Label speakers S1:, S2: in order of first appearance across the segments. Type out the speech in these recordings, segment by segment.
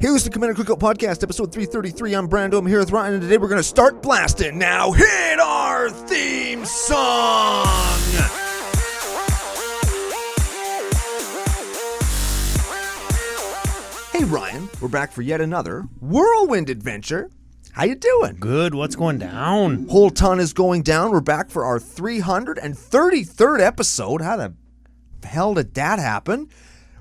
S1: Here's the Commander Cookout Podcast, episode 333. I'm Brando. I'm here with Ryan, and today we're going to start blasting. Now, hit our theme song! Hey, Ryan. We're back for yet another whirlwind adventure. How you doing?
S2: Good. What's going down?
S1: Whole ton is going down. We're back for our 333rd episode. How the hell did that happen?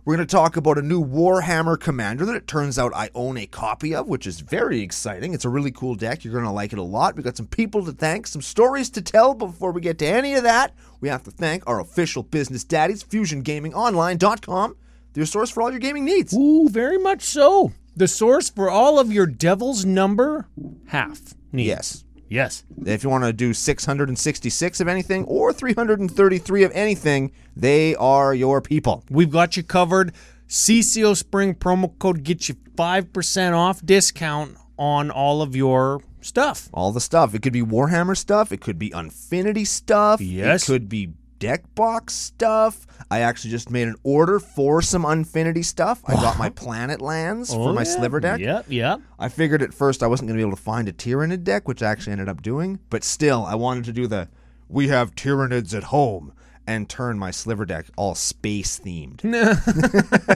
S1: We're going to talk about a new Warhammer Commander that it turns out I own a copy of, which is very exciting. It's a really cool deck. You're going to like it a lot. We've got some people to thank, some stories to tell. But before we get to any of that, we have to thank our official business daddies, FusionGamingOnline.com, their source for all your gaming needs.
S2: Ooh, very much so. The source for all of your devil's number half. needs.
S1: Yes.
S2: Yes.
S1: If you want to do 666 of anything or 333 of anything, they are your people.
S2: We've got you covered. CCO Spring promo code gets you 5% off discount on all of your stuff.
S1: All the stuff. It could be Warhammer stuff, it could be Infinity stuff,
S2: Yes.
S1: it could be deck box stuff. I actually just made an order for some Infinity stuff. I got my planet lands for
S2: Oh,
S1: my
S2: yeah.
S1: sliver deck.
S2: Yep, yep.
S1: I figured at first I wasn't going to be able to find a Tyranid deck, which I actually ended up doing, but still, I wanted to do the we have Tyranids at home and turn my sliver deck all space themed.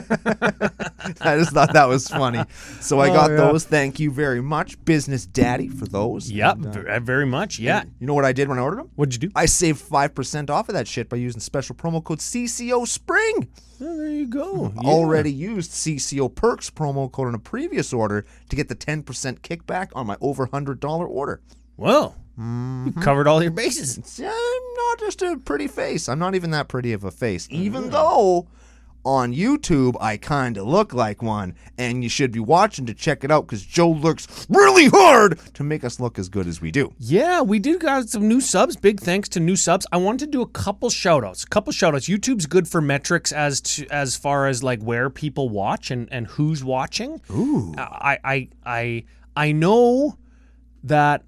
S1: I just thought that was funny. So I got
S2: yeah.
S1: those. Thank you very much, Business Daddy, for those.
S2: Yep, ver- very much. Yeah.
S1: You know what I did when I ordered them?
S2: What'd you do?
S1: I saved 5% off of that shit by using special promo code CCO SPRING.
S2: Oh, there you go. Yeah.
S1: Already used CCO perks promo code on a previous order to get the 10% kickback on my over $100 order.
S2: Whoa. You covered all your bases.
S1: See, I'm not just a pretty face. I'm not even that pretty of a face. Even though on YouTube I kind of look like one, and you should be watching to check it out because Joe looks really hard to make us look as good as we do.
S2: Yeah, we did got some new subs. Big thanks to new subs. I wanted to do a couple shout outs. A couple shout outs. YouTube's good for metrics as to as far as like where people watch and and who's watching. Ooh. I I I I know that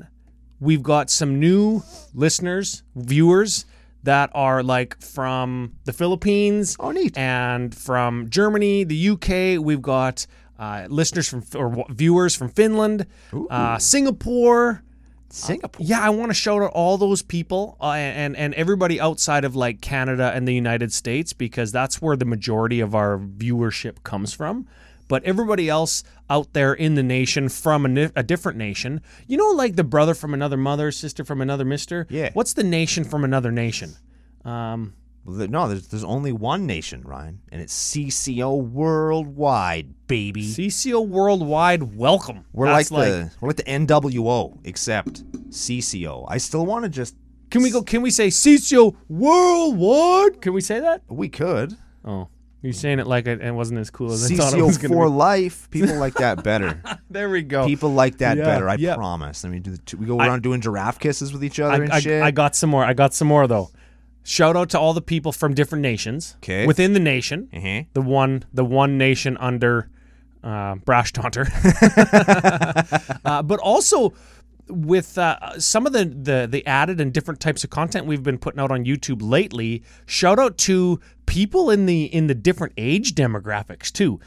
S2: we've got some new listeners, viewers that are like from the Philippines.
S1: Oh, neat.
S2: And from Germany, the UK, we've got uh, listeners from or w- viewers from Finland, uh, Singapore.
S1: Singapore.
S2: Yeah, I want to shout out all those people uh, and and everybody outside of like Canada and the United States because that's where the majority of our viewership comes from. But everybody else out there in the nation from a, ni- a different nation, you know, like the brother from another mother, sister from another mister.
S1: Yeah.
S2: What's the nation from another nation? Um,
S1: Well, there- No, there's, there's only one nation, Ryan, and it's CCO worldwide, baby.
S2: CCO Worldwide, welcome.
S1: we're like,
S2: That's
S1: the we're like the NWO, except CCO. I still want to just
S2: Can we go? Can we say CCO Worldwide? Can we say that?
S1: we could
S2: Oh, you're saying it like it, it wasn't as cool as I thought it was
S1: CCO
S2: going to
S1: for
S2: be.
S1: life. People like that better.
S2: There we go.
S1: People like that
S2: Yeah,
S1: better. I
S2: yeah.
S1: promise. I mean, do the two, we go around doing giraffe kisses with each other and
S2: I, I-
S1: shit.
S2: I got some more. I got some more though. Shout out to all the people from different nations
S1: 'Kay.
S2: within the nation.
S1: Mhm.
S2: The one, the one nation under uh, Brash Taunter, uh, but also with uh, some of the, the the added and different types of content we've been putting out on YouTube lately. Shout out to people in the in the different age demographics too.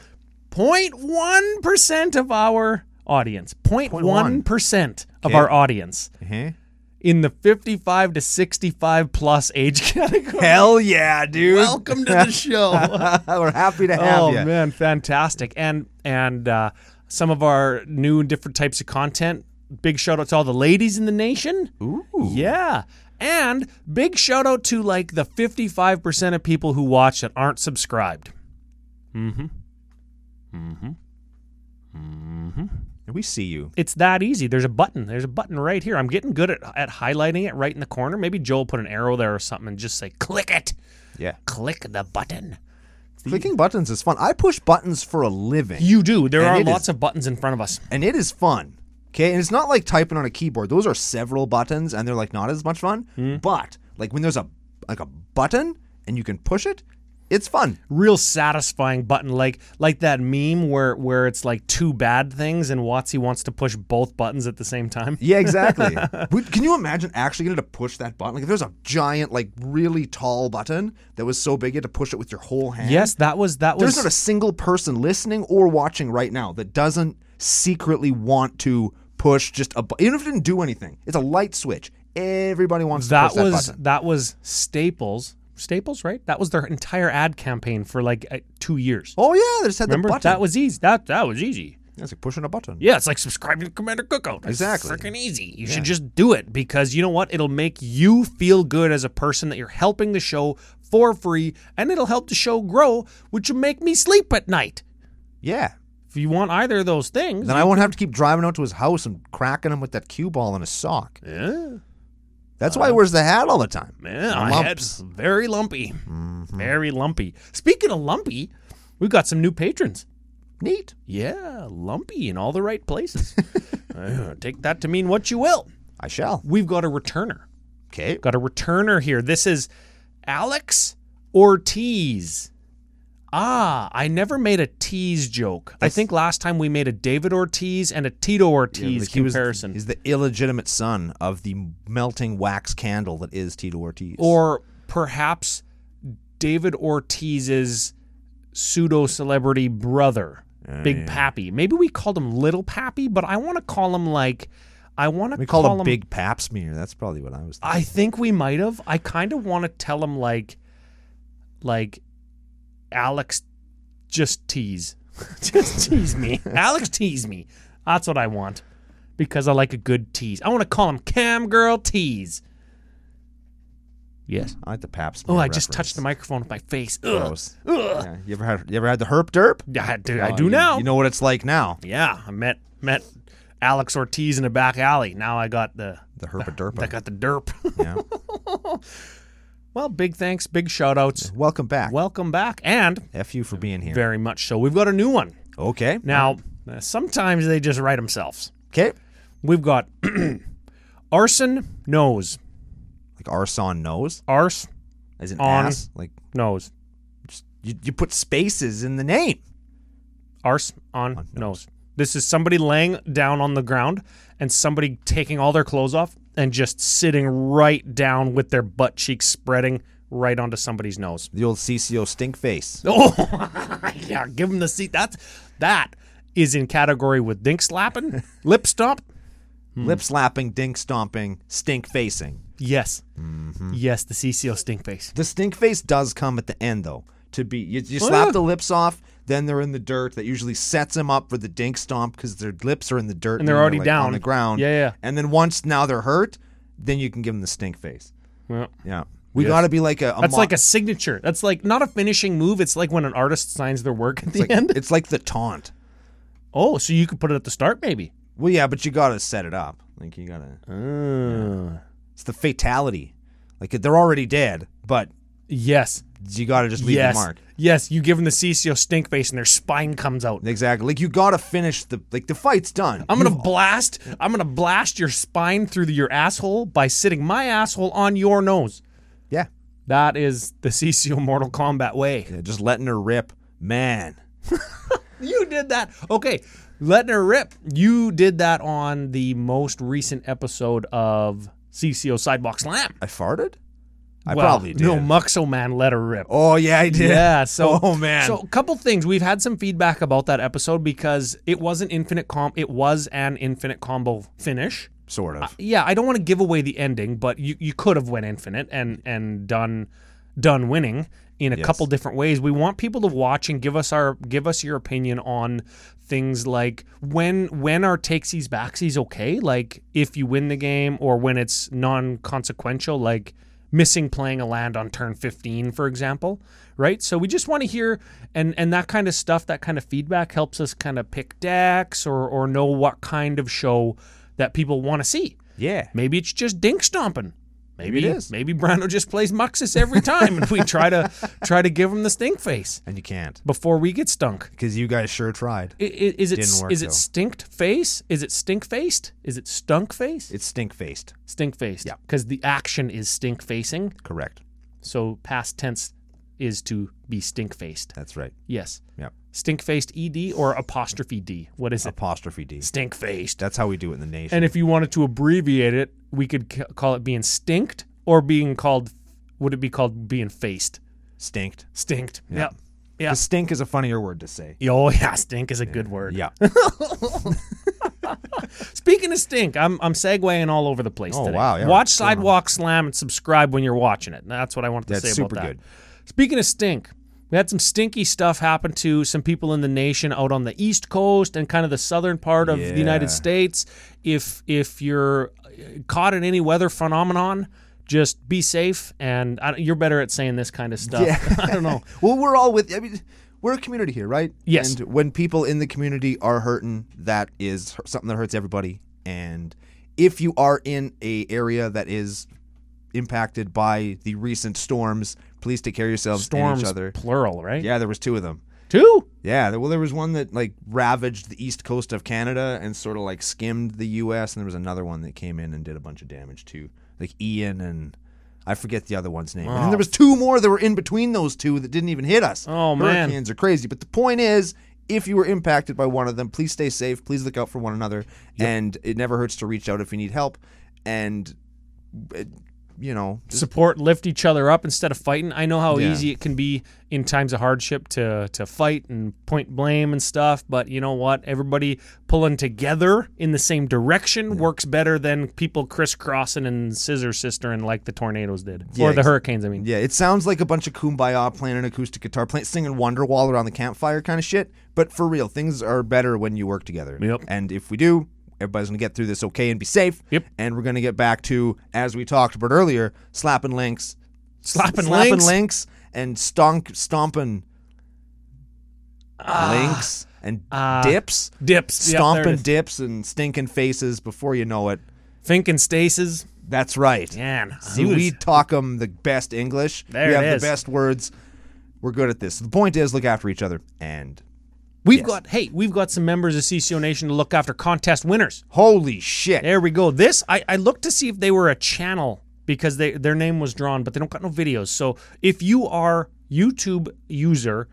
S2: 0.1 percent of our audience. 0.1 percent of our audience
S1: Mhm.
S2: in the 55 to 65 plus age category.
S1: Hell yeah, dude!
S2: Welcome to the show.
S1: we're happy to have
S2: oh
S1: you.
S2: man, fantastic. And and uh, some of our new and different types of content. Big shout out to all the ladies in the nation. Ooh. Yeah. And big shout out to like the 55% of people who watch that aren't subscribed.
S1: We see you.
S2: It's that easy. There's a button. There's a button right here. I'm getting good at, at highlighting it right in the corner. Maybe Joel will put an arrow there or something and just say, click it.
S1: Yeah,
S2: Click the button.
S1: clicking buttons is fun. I push buttons for a living.
S2: You do. There
S1: And
S2: are
S1: it
S2: lots of buttons in front of us.
S1: and it is fun. Okay, and it's not like typing on a keyboard. Those are several buttons, and they're
S2: Hmm.
S1: like not as much fun. But like when there's a like a button and you can push it, It's fun.
S2: real satisfying button like like that meme where where it's like two bad things and Watsy wants to push both buttons at the same time.
S1: Yeah, exactly. Would- Can you imagine actually getting to push that button? Like, if there's a giant, like, really tall button that was so big you had to push it with your whole hand.
S2: Yes, that was that was
S1: There's not a single person listening or watching right now that doesn't secretly want to push just a bu- even if it didn't do anything. It's a light switch. Everybody wants to
S2: that
S1: push that
S2: was
S1: button.
S2: that was Staples. Staples, right? That was their entire ad campaign for like uh, 2 years.
S1: Oh yeah, they just had
S2: Remember?
S1: the button.
S2: That was easy. That that was easy.
S1: That's like pushing a button.
S2: Yeah, it's like subscribing to Commander Cookout.
S1: Exactly.
S2: Freaking easy. You should just do it because you know what? It'll make you feel good as a person that you're helping the show for free and it'll help the show grow, which will make me sleep at night.
S1: Yeah.
S2: If you want either of those things,
S1: Then I won't have to keep driving out to his house and cracking him with that cue ball in his sock.
S2: yeah,
S1: That's why he wears the hat all the time.
S2: man,
S1: I'm
S2: my
S1: up.
S2: head's very lumpy.
S1: Mm-hmm.
S2: Very lumpy. Speaking of lumpy, we've got some new patrons.
S1: Neat.
S2: Yeah, lumpy in all the right places. Uh, take that to mean what you will.
S1: I shall.
S2: We've got a returner.
S1: Okay.
S2: Got a returner here. This is Alex Ortiz. Ah, I never made a tease joke. I think last time we made a David Ortiz and a Tito Ortiz
S1: Like he was-
S2: comparison.
S1: He's the illegitimate son of the melting wax candle that is Tito Ortiz.
S2: or perhaps David Ortiz's pseudo celebrity brother,
S1: Oh,
S2: Big Pappy. Maybe we called him Little Pappy, but I want to call him like I want to
S1: we call,
S2: call
S1: him
S2: him
S1: Big Pap Smear. That's probably what I was thinking.
S2: I think we might have. I kind of want to tell him like, like, Alex, just tease, just tease me. Alex, tease me. That's what I want, because I like a good tease. I want to call him Cam Girl Tease. Yes.
S1: I like the Pap Smear.
S2: Oh, I just touched the microphone with my face. Ugh.
S1: Gross. Yeah. You ever had you ever had the herp derp?
S2: Yeah, I do, I
S1: Oh,
S2: do
S1: you-
S2: now.
S1: You know what it's like now.
S2: yeah, I met met Alex Ortiz in a back alley. Now I got the
S1: The herpa
S2: I
S1: derpa.
S2: got the derp.
S1: yeah.
S2: well, big thanks, big shout outs.
S1: Welcome back.
S2: Welcome back, and
S1: F you for being here.
S2: very much so. We've got a new one
S1: Okay.
S2: now. uh, Sometimes they just write themselves.
S1: Okay.
S2: We've got arson knows
S1: Like Arson knows.
S2: arse
S1: As an
S2: On.
S1: ass. Like
S2: knows
S1: you, you put spaces in the name.
S2: arse on, nose. This is somebody laying down on the ground and somebody taking all their clothes off and just sitting right down with their butt cheeks spreading right onto somebody's nose.
S1: The old CCO stink face.
S2: Oh, yeah, give him the seat. That's that is in category with dink slapping, lip stomp. Hmm.
S1: Lip slapping, dink stomping, stink facing.
S2: Yes, yes, the CCO stink face.
S1: The stink face does come at the end though. To be you, you slap the lips off, then they're in the dirt. That usually sets them up for the dink stomp because their lips are in the dirt and,
S2: they're
S1: then
S2: already
S1: like,
S2: down.
S1: on the ground.
S2: Yeah, yeah.
S1: And then once now they're hurt, then you can give them the stink face.
S2: Well,
S1: Yeah. We got to be like a. a
S2: that's
S1: mo-
S2: like a signature. That's like not a finishing move. It's like when an artist signs their work at the
S1: like-
S2: end.
S1: It's like the taunt.
S2: Oh, so you could put it at the start, maybe.
S1: Well, yeah, but you gotta set it up. Like you gotta.
S2: Oh.
S1: It's the fatality. Like they're already dead, but
S2: Yes.
S1: you gotta just leave
S2: yes.
S1: the mark.
S2: Yes, you give them the CCO stink face and their spine comes out.
S1: Exactly. Like you gotta finish the like the fight's done.
S2: I'm gonna blast. I'm gonna blast your spine through the, your asshole by sitting my asshole on your nose.
S1: yeah.
S2: That is the CCO Mortal Kombat way.
S1: yeah. Just letting her rip, man.
S2: You did that. Okay, letting her rip. You did that on the most recent episode of CCO Sidewalk Slam.
S1: I farted. I
S2: Well,
S1: probably did.
S2: No, Muxo Man let her rip.
S1: oh yeah, I did.
S2: Yeah. So,
S1: Oh, man.
S2: So, a couple things. We've had some feedback about that episode because it wasn't infinite com. It was an infinite combo finish.
S1: Sort of.
S2: Yeah, I don't want to give away the ending, but you, you could have went infinite and and done done winning in a couple different ways. We want people to watch and give us our give us your opinion on things like when when are takesies backsies okay? Like if you win the game or when it's non consequential, like missing playing a land on turn 15 for example right so we just want to hear and and that kind of stuff that kind of feedback helps us kind of pick decks or or know what kind of show that people want to see
S1: yeah.
S2: Maybe it's just dink stomping. Maybe,
S1: it is.
S2: Maybe Brando just plays Muxus every time, and we try to try to give him the stink face
S1: And you can't
S2: before we get stunk.
S1: because you guys sure tried.
S2: I- i- Is, it
S1: Didn't work,
S2: is it
S1: though.
S2: stinked face? Is it stink faced? Is it stunk face?
S1: It's stink faced.
S2: Stink faced. Yeah. Because the action is stink facing,
S1: Correct.
S2: so past tense is to be stink faced.
S1: That's right.
S2: Yes.
S1: Yep.
S2: Stink faced ED or apostrophe D. What is it?
S1: Apostrophe D.
S2: Stink faced.
S1: That's how we do it in the nation.
S2: And if you wanted to abbreviate it, we could c- call it being stinked or being called, would it be called being faced?
S1: Stinked.
S2: Stinked. Yep. Yeah.
S1: The stink is a funnier word to say.
S2: Oh, yeah. Stink is a good word.
S1: Yeah.
S2: Speaking of stink, I'm I'm segueing all over the place
S1: Oh,
S2: today.
S1: wow, yeah.
S2: Watch Sidewalk Slam and subscribe when you're watching it. That's what I wanted to
S1: That's
S2: say
S1: super
S2: about that.
S1: good.
S2: Speaking of stink, we had some stinky stuff happen to some people in the nation out on the East Coast and kind of the southern part of the
S1: Yeah.
S2: United States. If if you're uh, caught in any weather phenomenon, just be safe. And I, you're better at saying this kind of stuff. I don't know.
S1: well, we're all with. I mean, we're a community here, right?
S2: Yes.
S1: And when people in the community are hurting, that is hu- something that hurts everybody. And if you are in a area that is impacted by the recent storms, please take care of yourselves and
S2: Storms,
S1: each other.
S2: plural, right?
S1: Yeah, there was two of them.
S2: Two.
S1: Yeah, there- well, there was one that like ravaged the east coast of Canada and sort of like skimmed the U.S. And there was another one that came in and did a bunch of damage too, like Ian and I forget the other one's name. And then there was two more that were in between those two that didn't even hit us.
S2: Oh, man.
S1: hurricanes are crazy. But the point is, if you were impacted by one of them, please stay safe. Please look out for one another, and it never hurts to reach out if you need help. And uh, you know,
S2: support, lift each other up instead of fighting. I know how
S1: Yeah.
S2: easy it can be in times of hardship to to fight and point blame and stuff, but you know what? Everybody pulling together in the same direction works better than people crisscrossing and scissor sistering like the tornadoes did or
S1: Yeah,
S2: the
S1: ex-
S2: hurricanes. I mean,
S1: Yeah, it sounds like a bunch of kumbaya playing an acoustic guitar, playing singing Wonderwall around the campfire kind of shit. But for real, things are better when you work together.
S2: Yep.
S1: And if we do, everybody's gonna get through this okay and be safe.
S2: Yep.
S1: And we're gonna get back to, as we talked about earlier, slapping links,
S2: slapping,
S1: slapping
S2: links.
S1: links, and stonk stomping links and
S2: Ah.
S1: dips,
S2: dips, Yep, there it
S1: stomping
S2: is.
S1: dips and stinking faces. Before you know it,
S2: fink and stasis.
S1: that's right.
S2: Man,
S1: See,
S2: who's-
S1: we talk them the best English.
S2: There
S1: we
S2: it
S1: have
S2: is.
S1: the best words. We're good at this. The point is, look after each other. And
S2: we've got hey, we've got some members of CCO Nation to look after contest winners.
S1: holy shit,
S2: There we go. This I, I looked to see if they were a channel because they their name was drawn, but they don't got no videos. So if you are YouTube user,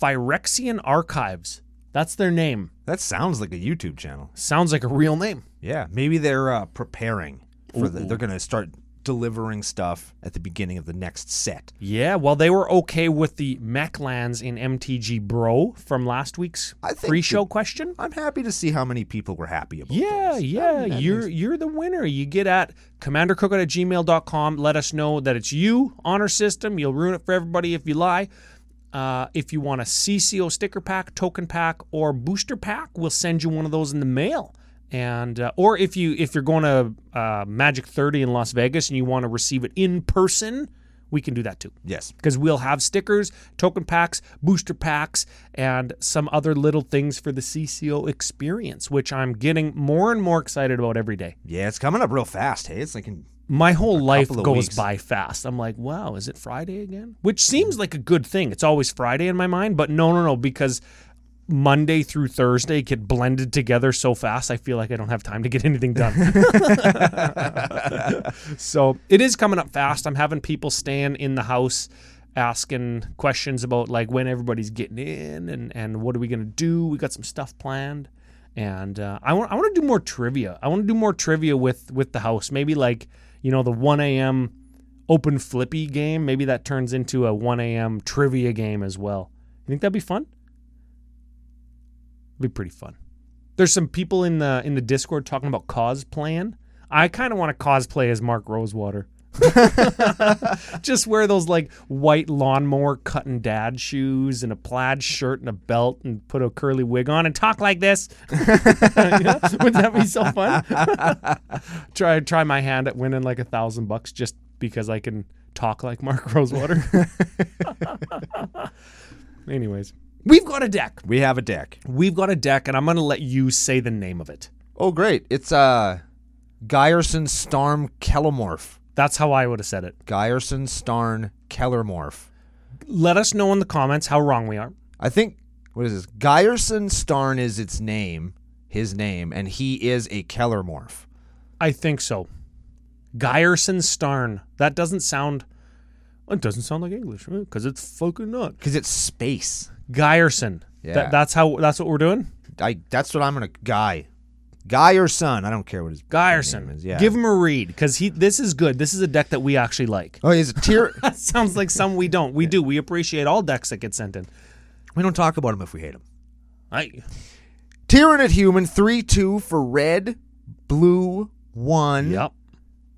S2: Phyrexian Archives, that's their name.
S1: that sounds like a YouTube channel.
S2: Sounds like a real name.
S1: Yeah, maybe they're uh, preparing for the. They're gonna start delivering stuff at the beginning of the next set.
S2: Yeah, well, they were okay with the Mechlands in MTG Bro from last week's
S1: I think
S2: pre-show
S1: the-
S2: question.
S1: I'm happy to see how many people were happy about.
S2: Yeah,
S1: those.
S2: yeah. You're you're the winner. You get at commandercookout at gmail.com. Let us know that it's you, honor system. You'll ruin it for everybody if you lie. Uh, if you want a CCO sticker pack, token pack, or booster pack, we'll send you one of those in the mail. And uh, or if you if you're going to uh, Magic 30 in Las Vegas and you want to receive it in person, we can do that too
S1: Yes.
S2: because we'll have stickers, token packs, booster packs, and some other little things for the CCO experience, which I'm getting more and more excited about every day.
S1: Yeah, it's coming up real fast. Hey, it's like in,
S2: My whole life
S1: couple of
S2: goes
S1: weeks.
S2: by fast. I'm like, wow, is it Friday again? Which seems like a good thing. It's always Friday in my mind, but no, no, no, because Monday through Thursday get blended together so fast, I feel like I don't have time to get anything done. so it is coming up fast. I'm having people staying in the house asking questions about like when everybody's getting in and, and what are we going to do. We got some stuff planned. And uh, I want I want to do more trivia. I want to do more trivia with with the house. Maybe like you know the 1 a.m. open flippy game. Maybe that turns into a 1 a.m. trivia game as well. You think that'd be fun? It'd be pretty fun. There's some people in the in the Discord talking about cosplaying. I kind of want to cosplay as Mark Rosewater. Just wear those like white lawnmower cutting dad shoes and a plaid shirt and a belt and put a curly wig on and talk like this. You know? Wouldn't that be so fun? try try my hand at winning like a thousand bucks just because I can talk like Mark Rosewater. Anyways, we've got a deck.
S1: we have a deck.
S2: We've got a deck, and I'm going to let you say the name of it.
S1: Oh, great! It's uh, Geyerson Starm Kellermorph.
S2: That's how I would have said it.
S1: Geyerson Starn Kellermorph.
S2: Let us know in the comments how wrong we are.
S1: I think what is this? Geyerson Starn is its name, his name, and he is a Keller morph.
S2: I think so. Geyerson Starn. That doesn't sound. It doesn't sound like English because it's fucking not.
S1: because it's space.
S2: Geyerson.
S1: Yeah.
S2: That, that's how. That's what we're doing.
S1: I that's what I'm gonna guy, guy or son. I don't care what his name
S2: Geyerson.
S1: is. Yeah.
S2: Give him a read because he. This is good. This is a deck that we actually like.
S1: oh, he's a tier.
S2: That sounds like some we don't. We do. We appreciate all decks that get sent in.
S1: we don't talk about him if we hate him.
S2: I,
S1: Tyranid human three two for red, blue one.
S2: yep.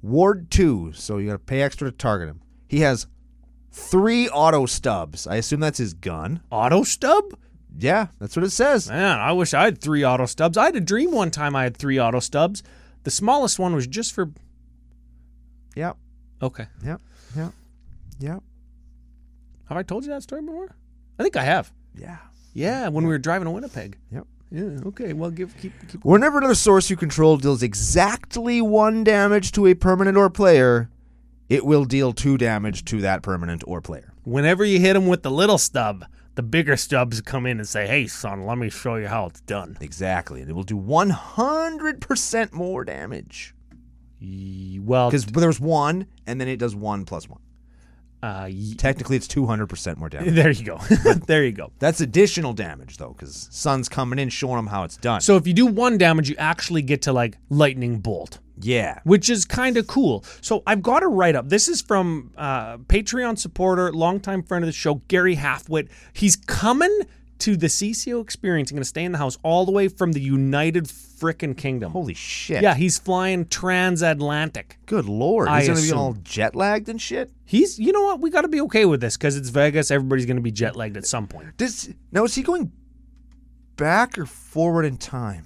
S1: Ward two, so you got to pay extra to target him. He has three auto stubs. I assume that's his gun.
S2: Auto stub.
S1: Yeah, that's what it says.
S2: Man, I wish I had three auto stubs. I had a dream one time I had three auto stubs. The smallest one was just for.
S1: Yep,
S2: Okay.
S1: yep, yep, yep.
S2: Have I told you that story before? I think I have.
S1: Yeah.
S2: Yeah, when we were driving to Winnipeg.
S1: Yep.
S2: Yeah. Okay. Well, give keep keep.
S1: Whenever another source you control deals exactly one damage to a permanent or player, it will deal two damage to that permanent or player.
S2: Whenever you hit them with the little stub, the bigger stubs come in and say, "Hey, son, let me show you how it's done."
S1: Exactly, and it will do 100% more damage.
S2: Ye- Well,
S1: Because there's one, and then it does one plus one.
S2: uh, ye-
S1: Technically, it's 200% more damage.
S2: there you go. there you go.
S1: That's additional damage, though, because Sun's coming in showing him how it's done.
S2: So if you do one damage, you actually get to like lightning bolt.
S1: yeah.
S2: which is kind of cool. So I've got a write up. This is from uh, Patreon supporter, longtime friend of the show, Gary Halfwit. He's coming to the CCO experience. He's going to stay in the house all the way from the United Frickin' Kingdom.
S1: Holy shit.
S2: yeah, he's flying transatlantic.
S1: Good lord.
S2: I
S1: He's going to be
S2: assume.
S1: all jet lagged and shit.
S2: He's, you know what? We got to be okay with this because it's Vegas. Everybody's going to be jet lagged at some point.
S1: Does, now, is he going back or forward in time?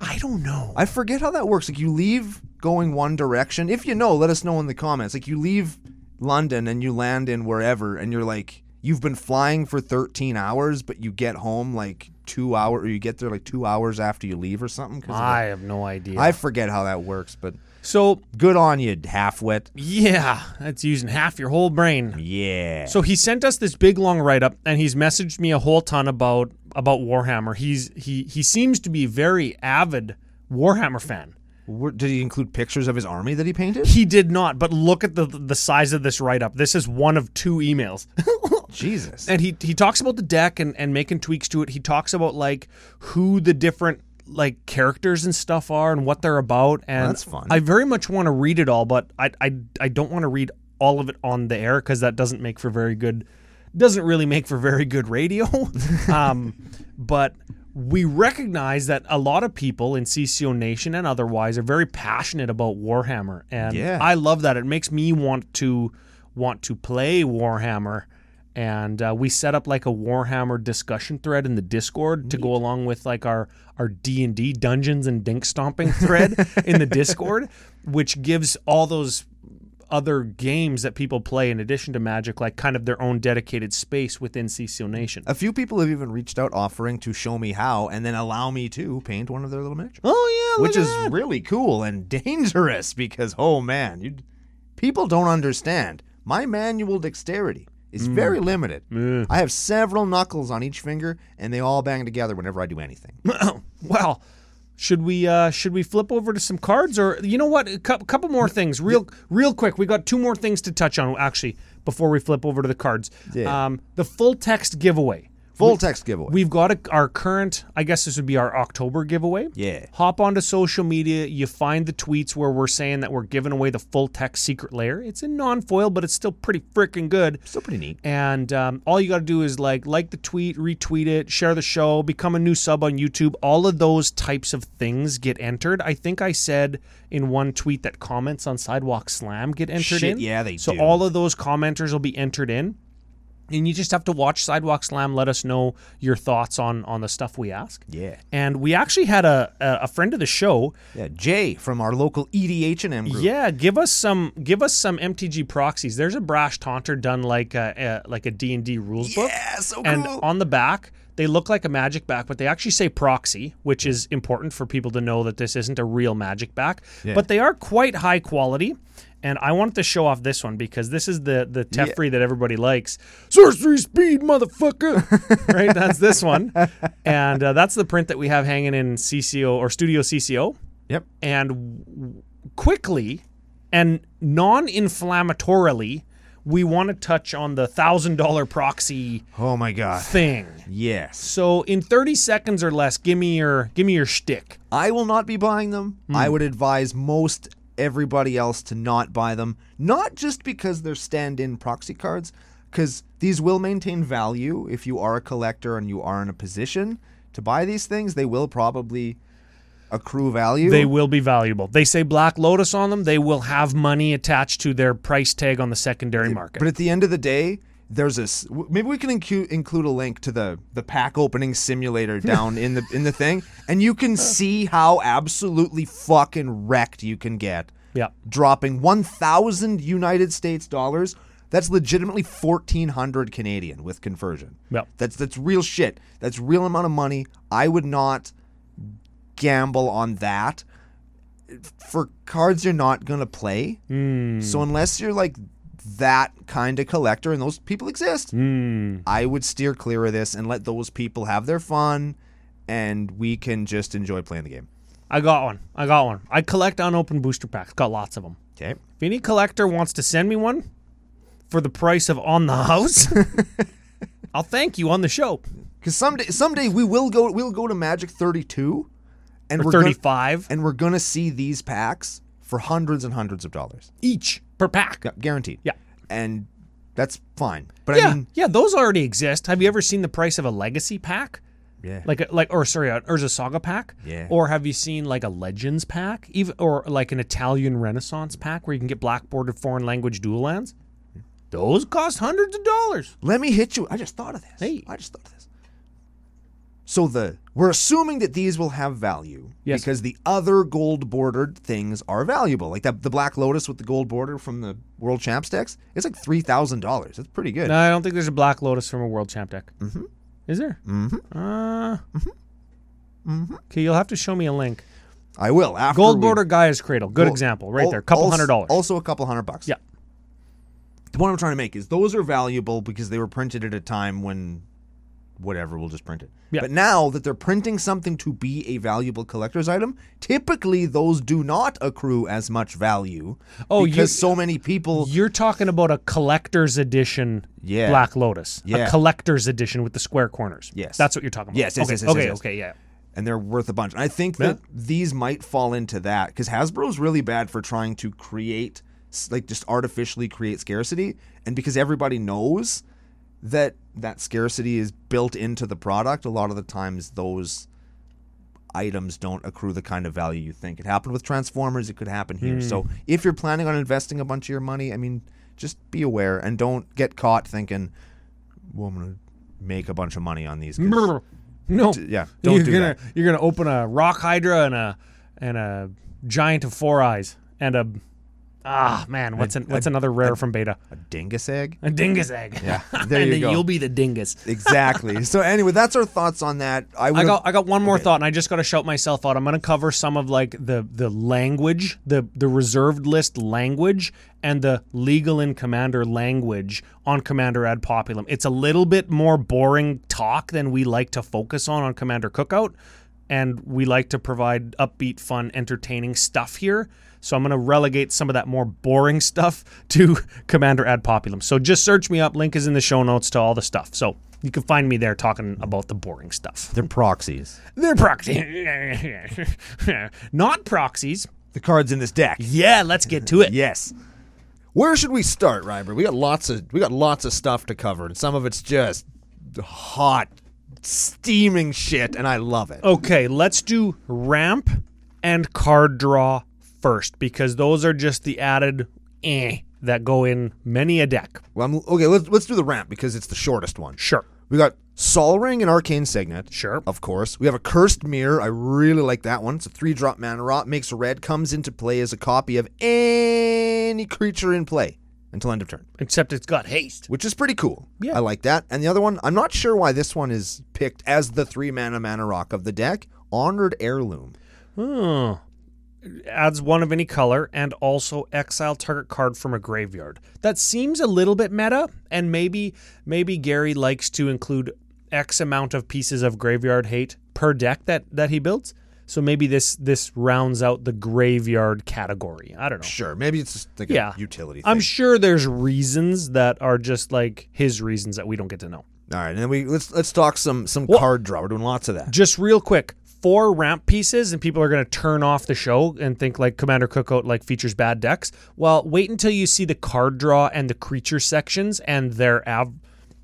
S2: I don't know.
S1: I forget how that works. Like, you leave going one direction. If you know, let us know in the comments. Like, you leave London and you land in wherever, and you're like, you've been flying for 13 hours, but you get home like two hours, or you get there like two hours after you leave or something. 'cause of the-
S2: I have no idea.
S1: I forget how that works, but
S2: so,
S1: good on you, halfwit.
S2: yeah, that's using half your whole brain.
S1: Yeah.
S2: So he sent us this big long write up, and he's messaged me a whole ton about about Warhammer. He's he he seems to be a very avid Warhammer fan.
S1: Were- Did he include pictures of his army that he painted?
S2: He did not, but look at the the size of this write up. This is one of two emails.
S1: Jesus.
S2: and he he talks about the deck and and making tweaks to it. He talks about like who the different like characters and stuff are and what they're about. And
S1: that's fun.
S2: I very much want to read it all, but I I I don't want to read all of it on the air because that doesn't make for very good doesn't really make for very good radio. um, but we recognize that a lot of people in CCO Nation and otherwise are very passionate about Warhammer, and
S1: Yeah.
S2: I love that. It makes me want to want to play Warhammer. And uh, we set up like a Warhammer discussion thread in the Discord to go along with like our our D and D Dungeons and Dink Stomping thread in the Discord, which gives all those other games that people play in addition to Magic like kind of their own dedicated space within CCO Nation.
S1: A few people have even reached out offering to show me how and then allow me to paint one of their little miniatures.
S2: Oh yeah,
S1: Which is really cool and dangerous because, oh man, you people don't understand. My manual dexterity is
S2: Hmm.
S1: very limited. I have several knuckles on each finger and they all bang together whenever I do anything.
S2: Well, should we uh, should we flip over to some cards or you know what? A cou- couple more things, real real quick. We got two more things to touch on actually before we flip over to the cards.
S1: Yeah.
S2: Um, the full text giveaway.
S1: Full text giveaway.
S2: We've got a, our current, I guess this would be our October giveaway.
S1: Yeah.
S2: Hop onto social media. You find the tweets where we're saying that we're giving away the full text secret layer. It's in non foil, but it's still pretty freaking good.
S1: Still pretty neat.
S2: And um, all you got to do is like like the tweet, retweet it, share the show, become a new sub on YouTube. All of those types of things get entered. I think I said in one tweet that comments on Sidewalk Slam get entered
S1: Shit,
S2: in.
S1: yeah, they
S2: so
S1: do.
S2: all of those commenters will be entered in, and you just have to watch Sidewalk Slam. Let us know your thoughts on on the stuff we ask.
S1: Yeah.
S2: And we actually had a a, a friend of the show.
S1: Yeah. Jay from our local E EDH&M group.
S2: Yeah, give us some give us some MTG proxies. There's a brash taunter done like a, a like a D and D rules book.
S1: Yeah, so cool.
S2: and on the back they look like a magic back but they actually say proxy which is important for people to know that this isn't a real magic back but they are quite high quality and I wanted to show off this one because this is the the Teferi that everybody likes. Sorcery speed, motherfucker! right, that's this one, and uh, that's the print that we have hanging in CCO or Studio CCO.
S1: yep.
S2: And w- quickly and non-inflammatorily, we want to touch on the thousand dollar proxy
S1: Oh my god.
S2: thing.
S1: Yes.
S2: So in 30 seconds or less, give me your give me your shtick.
S1: I will not be buying them. I would advise most everybody else to not buy them, not just because they're stand-in proxy cards, cuz these will maintain value if you are a collector and you are in a position to buy these things, they will probably accrue value.
S2: They will be valuable. They say Black Lotus on them. They will have money attached to their price tag on the secondary market.
S1: But at the end of the day, there's this. w- Maybe we can incu- include a link to the the pack opening simulator down in the in the thing, and you can see how absolutely fucking wrecked you can get.
S2: Yep.
S1: Dropping one thousand United States dollars. That's legitimately fourteen hundred Canadian with conversion.
S2: Yep.
S1: That's that's real shit. That's real amount of money. I would not gamble on that for cards you're not gonna play. So unless you're like that kind of collector, and those people exist, I would steer clear of this and let those people have their fun, and we can just enjoy playing the game.
S2: I got one. I got one. I collect unopened booster packs. Got lots of them.
S1: Okay.
S2: If any collector wants to send me one for the price of on the house, I'll thank you on the show.
S1: Because someday, someday we will go. We'll go to Magic 32, and
S2: Or
S1: we're gonna-
S2: 35
S1: and we're gonna see these packs for hundreds and hundreds of dollars,
S2: each per pack.
S1: Gu- guaranteed.
S2: Yeah.
S1: And that's fine. But
S2: Yeah,
S1: I mean,
S2: yeah, those already exist. Have you ever seen the price of a legacy pack?
S1: yeah.
S2: Like, a, like, or sorry, an Urza Saga pack.
S1: Yeah.
S2: Or have you seen like a Legends pack, even or like an Italian Renaissance pack where you can get blackboarded foreign language dual lands? Those cost hundreds of dollars.
S1: Let me hit you. I just thought of this.
S2: Hey.
S1: I just thought of this. So the we're assuming that these will have value
S2: Yes.
S1: because the other gold bordered things are valuable. Like that the Black Lotus with the gold border from the World Champs decks, it's like three thousand dollars. That's pretty good.
S2: No, I don't think there's a Black Lotus from a World Champ deck. Mm-hmm. Is there? Mm-hmm. Uh, mm-hmm.
S1: Mm-hmm.
S2: Okay, you'll have to show me a link.
S1: I will after
S2: Gold
S1: we-
S2: border Gaia's Cradle, good
S1: Al-
S2: example, right
S1: al-
S2: there, couple
S1: als-
S2: hundred dollars.
S1: Also a couple hundred bucks.
S2: Yeah.
S1: The point I'm trying to make is those are valuable because they were printed at a time when whatever we'll just print it.
S2: Yeah.
S1: But now that they're printing something to be a valuable collector's item, typically those do not accrue as much value.
S2: Oh, you-
S1: because so many people
S2: You're talking about a collector's edition
S1: Yeah.
S2: Black Lotus.
S1: Yeah.
S2: A collector's edition with the square corners.
S1: Yes.
S2: That's what you're talking about.
S1: Yes, yes,
S2: okay,
S1: yes, yes,
S2: okay,
S1: yes, yes.
S2: okay, yeah.
S1: and they're worth a bunch. And I think that these might fall into that because Hasbro's really bad for trying to create, s- like, just artificially create scarcity. And because everybody knows that that scarcity is built into the product, a lot of the times those items don't accrue the kind of value you think. It happened with Transformers, it could happen here. So if you're planning on investing a bunch of your money, I mean, just be aware and don't get caught thinking, well, I'm going to make a bunch of money on these. 'cause-"
S2: Brr. No.
S1: Yeah, don't
S2: you're
S1: do
S2: gonna
S1: that.
S2: you're gonna open a rock hydra and a and a giant of four eyes and a ah man what's an, what's another rare from beta
S1: A dingus egg?
S2: a dingus egg yeah
S1: there
S2: and
S1: you
S2: then
S1: go.
S2: you'll be the dingus.
S1: Exactly. so anyway, that's our thoughts on that. I would
S2: I got I got one more thought, and I just got to shout myself out. I'm going to cover some of like the the language, the the reserved list language, and the legal in Commander language on Commander ad populum. It's a little bit more boring talk than we like to focus on on Commander Cookout, and we like to provide upbeat, fun, entertaining stuff here. So I'm going to relegate some of that more boring stuff to Commander ad populum. So just search me up. Link is in the show notes to all the stuff. So. You can find me there talking about the boring stuff.
S1: they're proxies.
S2: They're proxies. Not proxies.
S1: The cards in this deck.
S2: Yeah, let's get to it.
S1: Yes. Where should we start, Ryber? We got lots of we got lots of stuff to cover, and some of it's just hot, steaming shit, and I love it.
S2: Okay, let's do ramp and card draw first because those are just the added eh that go in many a deck.
S1: Well, I'm, okay, let's let's do the ramp because it's the shortest one.
S2: Sure.
S1: We got Sol Ring and Arcane Signet.
S2: Sure.
S1: Of course. We have a Cursed Mirror. I really like that one. It's a three drop mana rot. Makes red, comes into play as a copy of any creature in play until end of turn.
S2: Except it's got haste.
S1: which is pretty cool.
S2: Yeah.
S1: I like that. And the other one, I'm not sure why this one is picked as the three mana mana rock of the deck. Honored Heirloom.
S2: Oh. Adds one of any color and also exile target card from a graveyard. That seems a little bit meta, and maybe maybe Gary likes to include X amount of pieces of graveyard hate per deck that that he builds. So maybe this this rounds out the graveyard category. I don't know.
S1: Sure. Maybe it's just like
S2: Yeah.
S1: a utility thing.
S2: I'm sure there's reasons that are just like his reasons that we don't get to know.
S1: All right, and then we let's let's talk some some card draw. We're doing lots of that.
S2: Just real quick, four ramp pieces, and people are going to turn off the show and think like Commander Cookout like features bad decks. Well, wait until you see the card draw and the creature sections and their av-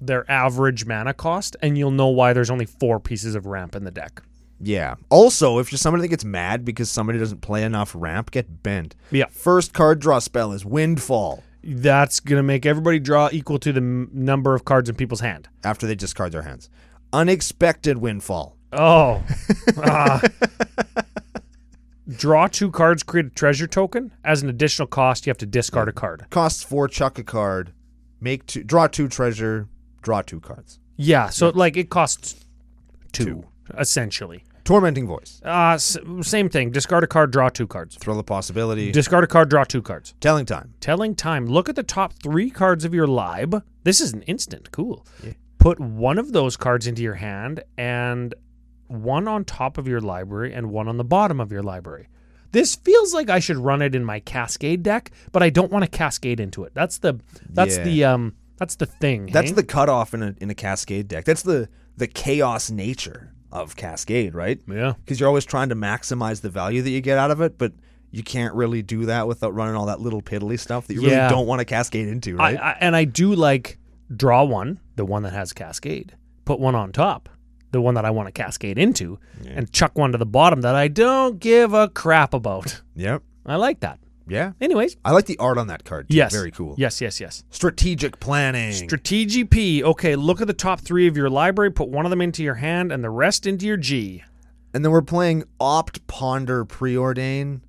S2: their average mana cost, and you'll know why there's only four pieces of ramp in the deck.
S1: Yeah. Also, if you're somebody that gets mad because somebody doesn't play enough ramp, get bent.
S2: Yeah.
S1: First card draw spell is Windfall
S2: That's going to make everybody draw equal to the m- number of cards in people's hand.
S1: after they discard their hands. Unexpected Windfall.
S2: Oh. Ah. Draw two cards, create a treasure token. As an additional cost, you have to discard a card.
S1: Costs four, chuck a card, make two, draw two treasure, draw two cards.
S2: Yeah, so like it costs two,
S1: Two.
S2: essentially.
S1: Tormenting Voice.
S2: Uh, s- same thing. Discard a card, draw two cards.
S1: Thrill of Possibility.
S2: Discard a card, draw two cards.
S1: Telling Time.
S2: Telling time. Look at the top three cards of your lib. This is an instant. Cool. Put one of those cards into your hand and one on top of your library and one on the bottom of your library. This feels like I should run it in my cascade deck, but I don't want to cascade into it. That's the that's
S1: Yeah.
S2: the um that's the thing.
S1: That's
S2: hey?
S1: the cutoff in a in a Cascade deck. That's the the chaos nature of Cascade, right?
S2: yeah.
S1: because you're always trying to maximize the value that you get out of it, but you can't really do that without running all that little piddly stuff that you
S2: Yeah.
S1: really don't want to cascade into,
S2: I, uh,
S1: right?
S2: I, and I do like draw one, the one that has cascade, put one on top, the one that I want to cascade into, and chuck one to the bottom that I don't give a crap about.
S1: yep.
S2: I like that.
S1: Yeah.
S2: Anyways,
S1: I like the art on that card. Too.
S2: yes,
S1: Very cool.
S2: Yes, yes, yes.
S1: Strategic planning.
S2: Strategy P. Okay, look at the top three of your library. Put one of them into your hand, and the rest into your G.
S1: and then we're playing Opt, Ponder, Preordain,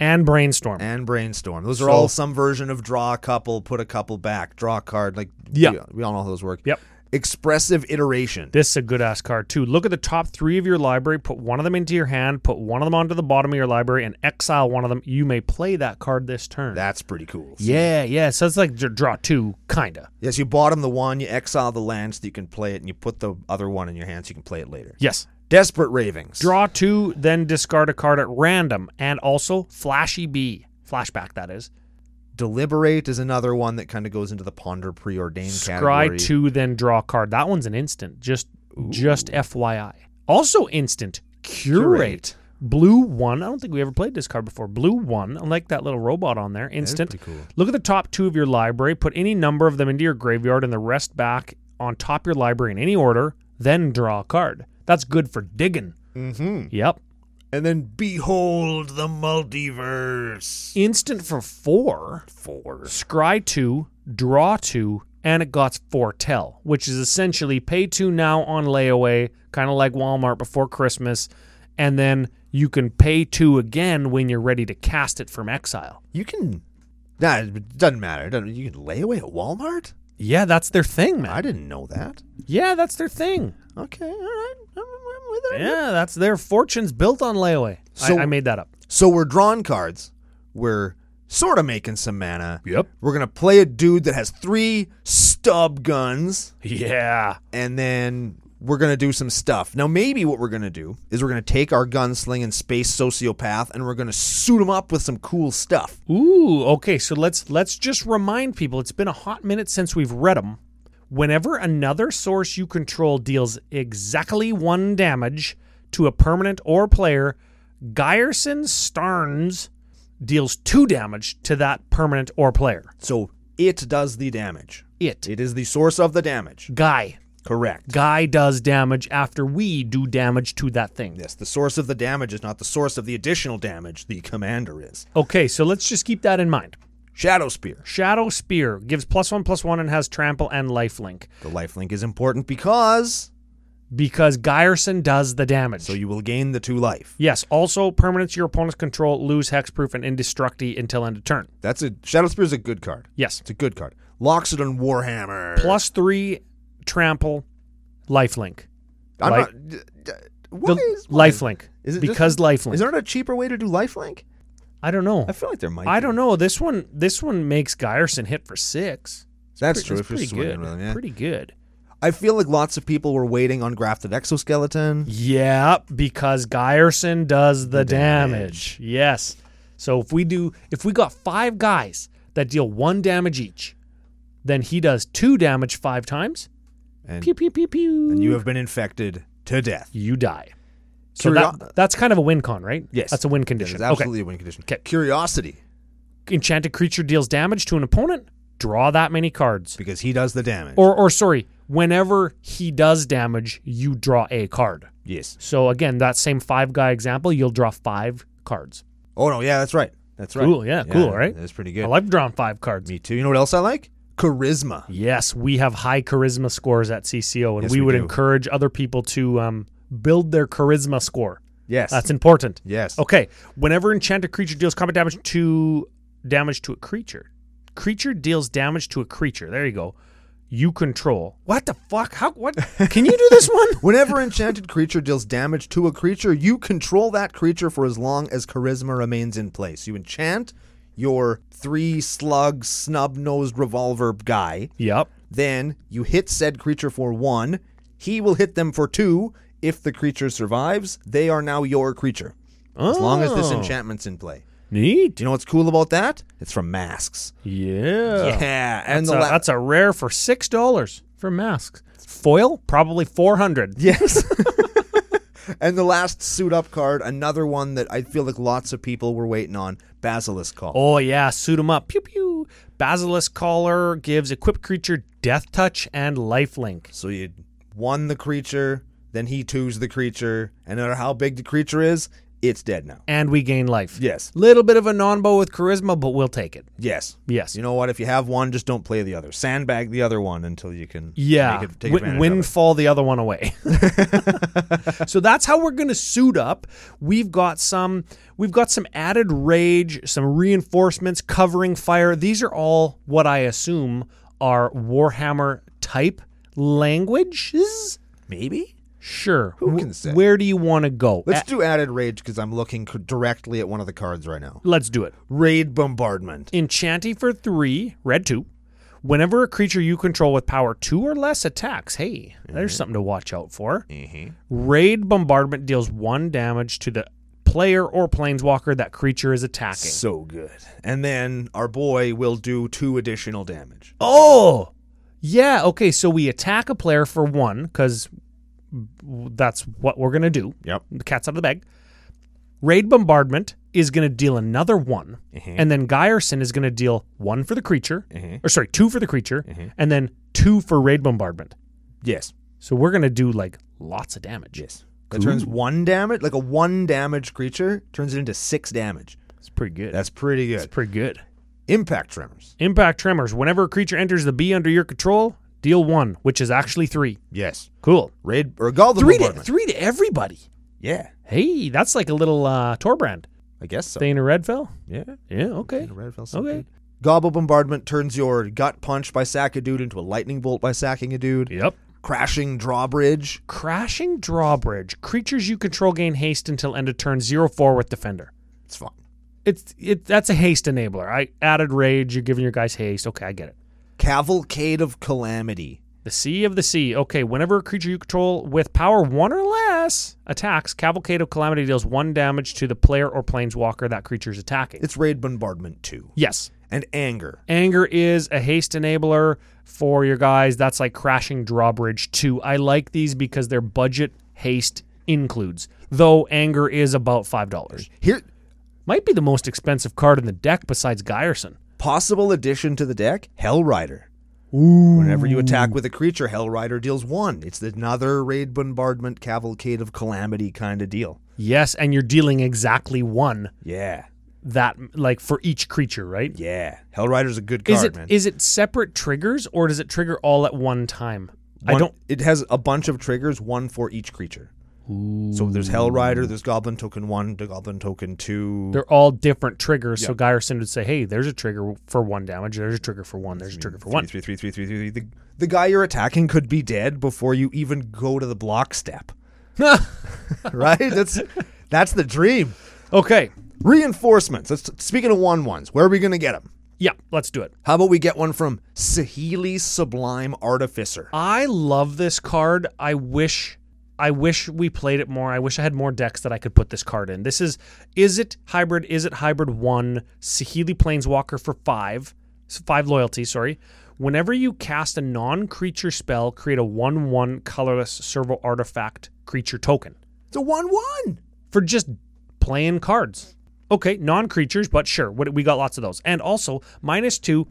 S2: And brainstorm.
S1: and Brainstorm. Those are
S2: So-
S1: all some version of draw a couple, put a couple back, draw a card. Like,
S2: Yeah.
S1: we, we all know how those work.
S2: Yep.
S1: Expressive iteration.
S2: This is a good ass card too. Look at the top three of your library. Put one of them into your hand. Put one of them onto the bottom of your library, and exile one of them. You may play that card this turn.
S1: That's pretty cool.
S2: Yeah, yeah. So it's like dr- draw two, kinda.
S1: Yes, you bottom the one, you exile the land so that you can play it, and you put the other one in your hand so you can play it later.
S2: Yes.
S1: Desperate Ravings.
S2: Draw two, then discard a card at random, and also flashy B flashback. That is.
S1: Deliberate is another one that kind of goes into the ponder preordained category.
S2: Scry two, then draw a card. That one's an instant. Just, just FYI. Also instant. Curate.
S1: Curate.
S2: Blue one. I don't think we ever played this card before. Blue one. I like that little robot on there. Instant. Look at the top two of your library. Put any number of them into your graveyard and the rest back on top of your library in any order. Then draw a card. That's good for digging. Mm-hmm. Yep.
S1: And then behold the multiverse.
S2: Instant for four.
S1: Four.
S2: Scry two, draw two, and it got foretell, which is essentially pay two now on layaway, kind of like Walmart before Christmas, and then you can pay two again when you're ready to cast it from exile.
S1: You can. Nah, it doesn't matter. It doesn't- you can lay away at Walmart?
S2: Yeah, that's their thing, man.
S1: I didn't know that.
S2: Yeah, that's their thing.
S1: Okay, all right. I'm- I'm with it.
S2: Yeah, that's their fortunes built on layaway.
S1: So-
S2: I, I made that up.
S1: So we're drawing cards. We're sort of making some mana.
S2: Yep.
S1: We're going to play a dude that has three stub guns.
S2: Yeah.
S1: and then we're gonna do some stuff. Now, maybe what we're gonna do is we're gonna take our gunslinging space sociopath and we're gonna suit him up with some cool stuff.
S2: Ooh, okay. So let's let's just remind people it's been a hot minute since we've read them. Whenever another source you control deals exactly one damage to a permanent or player, Geyerson Starnes deals two damage to that permanent or player.
S1: So it does the damage.
S2: It.
S1: It is the source of the damage.
S2: Guy.
S1: Correct.
S2: Guy does damage after we do damage to that thing.
S1: Yes, the source of the damage is not the source of the additional damage. The commander is
S2: Okay, so let's just keep that in mind.
S1: Shadow Spear.
S2: Shadow Spear gives plus one plus one and has trample and lifelink
S1: The lifelink is important because
S2: because Geyerson does the damage.
S1: so you will gain the two life.
S2: Yes. Also, permanents your opponents control lose hexproof and indestructi until end of turn.
S1: That's a Shadow Spear is a good card.
S2: Yes.
S1: It's a good card. Loxodon Warhammer.
S2: Plus three, trample, lifelink.
S1: I'm
S2: like-
S1: not. d- d- What
S2: The-
S1: is- what is-
S2: lifelink.
S1: Is it just-
S2: because lifelink.
S1: Is there not a cheaper way to do lifelink?
S2: I don't know.
S1: I feel like there might.
S2: Oh. I
S1: be.
S2: don't know. This one. This one makes Geyerson hit for six.
S1: That's
S2: Pretty-
S1: true.
S2: That's
S1: if you're
S2: pretty
S1: swinging
S2: good.
S1: with him, yeah.
S2: Pretty good.
S1: I feel like lots of people were waiting on Grafted Exoskeleton.
S2: Yeah, because Geyerson does the damage. Yes. So if we do, if we got five guys that deal one damage each, then he does two damage five times.
S1: And,
S2: Pew pew pew pew.
S1: and you have been infected to death.
S2: you die. So
S1: Curio-
S2: that, that's kind of a win con, right?
S1: Yes.
S2: That's a win
S1: It
S2: condition.
S1: is absolutely a win condition.
S2: 'Kay.
S1: Curiosity,
S2: Okay. Enchanted creature deals damage to an opponent. Draw that many cards.
S1: because he does the damage.
S2: Or, or sorry, whenever he does damage, you draw a card.
S1: yes.
S2: So again, that same five guy example, you'll draw five cards.
S1: Oh, no. Yeah, that's right. That's right.
S2: Cool, yeah, cool, right?
S1: That's pretty good.
S2: I like drawing five cards.
S1: Me too. You know what else I like? Charisma.
S2: Yes, we have high charisma scores at CCO, and
S1: Yes,
S2: we,
S1: we
S2: would
S1: do.
S2: encourage other people to um, build their charisma score.
S1: Yes.
S2: That's important.
S1: yes.
S2: Okay. Whenever enchanted creature deals combat damage to damage to a creature, creature deals damage to a creature. There you go. You control. What the fuck? How? What? Can you do this one?
S1: Whenever enchanted creature deals damage to a creature, you control that creature for as long as charisma remains in place. You enchant your three slug snub nosed revolver guy,
S2: Yep.
S1: then you hit said creature for one. He will hit them for two. If the creature survives, they are now your creature. As long as this
S2: Oh.
S1: enchantment's in play.
S2: Neat.
S1: Do you know what's cool about that? It's from masks.
S2: Yeah.
S1: Yeah. And
S2: That's,
S1: the
S2: a,
S1: la-
S2: that's a rare for six dollars for masks. Foil probably four hundred.
S1: Yes. and the last suit up card, another one that I feel like lots of people were waiting on Basilisk Call.
S2: Oh yeah, suit 'em up. Pew pew. Basilisk collar gives equipped creature death touch and lifelink.
S1: So you won the creature, then he twos the creature, and no matter how big the creature is, it's dead now.
S2: And we gain life.
S1: Yes.
S2: Little bit of a non-bow with charisma, but we'll take it.
S1: Yes.
S2: Yes.
S1: You know what? If you have one, just don't play the other. Sandbag the other one until you can
S2: Yeah,
S1: make it, take
S2: Wi-
S1: advantage of it.
S2: windfall the other one away. so that's how we're going to suit up. We've got some, we've got some added rage, some reinforcements, covering fire. These are all what I assume are Warhammer type languages.
S1: Maybe?
S2: Sure. Who
S1: can say?
S2: Where do you want to go?
S1: Let's
S2: A-
S1: do added rage because I'm looking c- directly at one of the cards right now.
S2: let's do it.
S1: Raid bombardment.
S2: Enchanty for three, red two. Whenever a creature you control with power two or less attacks, hey, there's something to watch out for.
S1: Mm-hmm.
S2: Raid bombardment deals one damage to the player or planeswalker that creature is attacking.
S1: So good. And then our boy will do two additional damage.
S2: Oh, yeah. Okay, so we attack a player for one because that's what we're gonna do.
S1: Yep.
S2: The cat's out of the bag. Raid bombardment is gonna deal another one, and then Geyerson is gonna deal one for the creature,
S1: Mm-hmm.
S2: or sorry, two for the creature, and then two for raid bombardment.
S1: Yes.
S2: So we're gonna do like lots of damage.
S1: Yes. That turns one damage, like a one damage creature, turns it into six damage.
S2: It's pretty good.
S1: That's pretty good.
S2: pretty good.
S1: Impact tremors.
S2: Impact tremors. Whenever a creature enters the B under your control, deal one, which is actually three.
S1: Yes.
S2: Cool.
S1: Raid or Golden
S2: Three to
S1: bombardment.
S2: three to everybody.
S1: Yeah.
S2: Hey, that's like a little uh, Torbrand.
S1: I guess so.
S2: Thane or Redfell?
S1: yeah.
S2: Yeah, okay. Okay.
S1: Okay. Gobble bombardment turns your gut punch by sack a dude into a lightning bolt by sacking a dude.
S2: Yep.
S1: Crashing drawbridge.
S2: Crashing Drawbridge. Creatures you control gain haste until end of turn zero four with Defender.
S1: It's fun.
S2: It's it that's a haste enabler. I added rage, you're giving your guys haste. Okay, I get it.
S1: Cavalcade of calamity.
S2: The Sea of the Sea. Okay, whenever a creature you control with power one or less attacks, Cavalcade of Calamity deals one damage to the player or planeswalker that creature is attacking.
S1: It's raid bombardment two.
S2: yes.
S1: And anger.
S2: Anger is a haste enabler for your guys. That's like Crashing Drawbridge 2. I like these because their budget haste includes, though anger is about $5.
S1: Here,
S2: Might be the most expensive card in the deck besides Geyerson.
S1: possible addition to the deck. Hell rider.
S2: Ooh.
S1: Whenever you attack with a creature, Hell Rider deals one. It's another raid bombardment cavalcade of calamity kind of deal.
S2: Yes, and you're dealing exactly one
S1: Yeah,
S2: that, like, for each creature, right?
S1: yeah. Hell Rider's a good card,
S2: Is it
S1: man.
S2: is it separate triggers or does it trigger all at one time? I
S1: One-
S2: don't.
S1: It has a bunch of triggers, one for each creature. So there's Hell Rider, there's Goblin Token One, the Goblin Token Two.
S2: They're all different triggers. So Geyerson would say, "Hey, there's a trigger for one damage. There's a trigger for one. There's a trigger for one."
S1: Three, three, three, three, three, three. The, the guy you're attacking could be dead before you even go to the block step. right? That's that's the dream.
S2: okay.
S1: Reinforcements. Let's, speaking of one ones, where are we going to get them?
S2: Yeah, let's do it.
S1: How about we get one from Sahili Sublime Artificer?
S2: I love this card. I wish I wish we played it more. I wish I had more decks that I could put this card in. This is is it hybrid? Is it hybrid one? Sahili Planeswalker for five, s- five loyalty. Sorry. Whenever you cast a non-creature spell, create a one-one colorless servo artifact creature token
S1: It's a 1 1.
S2: for just playing cards. Okay, non-creatures, but sure, what- we got lots of those. And also, minus two,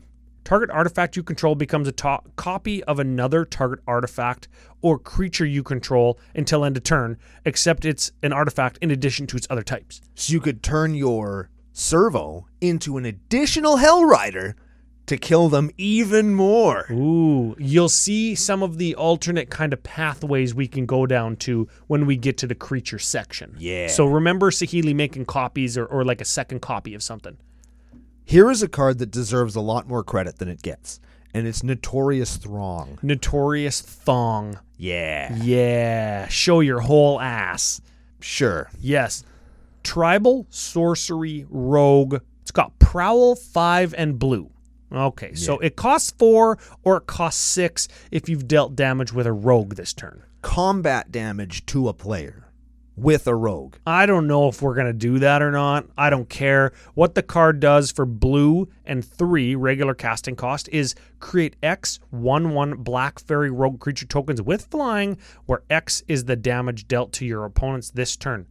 S2: target artifact you control becomes a to- copy of another target artifact or creature you control until end of turn, except it's an artifact in addition to its other types.
S1: So you could turn your servo into an additional Hellrider to kill them even more.
S2: Ooh, you'll see some of the alternate kind of pathways we can go down to when we get to the creature section.
S1: Yeah.
S2: So remember Sahili making copies or, or like a second copy of something.
S1: Here is a card that deserves a lot more credit than it gets, and it's Notorious Throng.
S2: Notorious Thong.
S1: Yeah.
S2: Yeah, show your whole ass.
S1: Sure.
S2: Yes. Tribal sorcery rogue. It's got prowl 5 and blue. Okay, so it costs 4 or it costs 6 if you've dealt damage with a rogue this turn.
S1: Combat damage to a player with a rogue.
S2: I don't know if we're going to do that or not. I don't care. What the card does for blue and three regular casting cost is create X 1 1 black fairy rogue creature tokens with flying, where X is the damage dealt to your opponents this turn.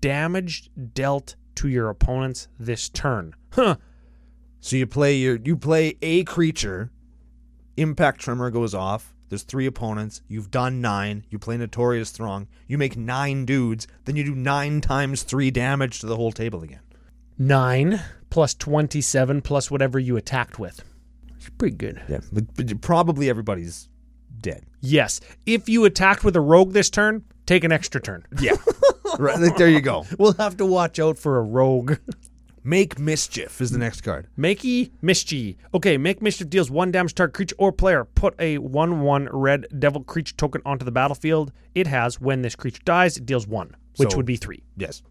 S2: Damage dealt to your opponents this turn. Huh.
S1: So you play your you play a creature, impact tremor goes off. There's three opponents. You've done nine. You play Notorious Throng. You make nine dudes. Then you do nine times three damage to the whole table again.
S2: 9 plus 27 plus whatever you attacked with. It's pretty good.
S1: Yeah, but- but probably everybody's dead.
S2: Yes. If you attacked with a rogue this turn, take an extra turn.
S1: Yeah, right, like, there you go.
S2: We'll have to watch out for a rogue.
S1: Make mischief is the next card.
S2: Makey Mischief. Okay, make mischief deals one damage to target creature or player. Put a 1 1 red devil creature token onto the battlefield. It has, when this creature dies, it deals one, which
S1: So-
S2: would be three.
S1: Yes,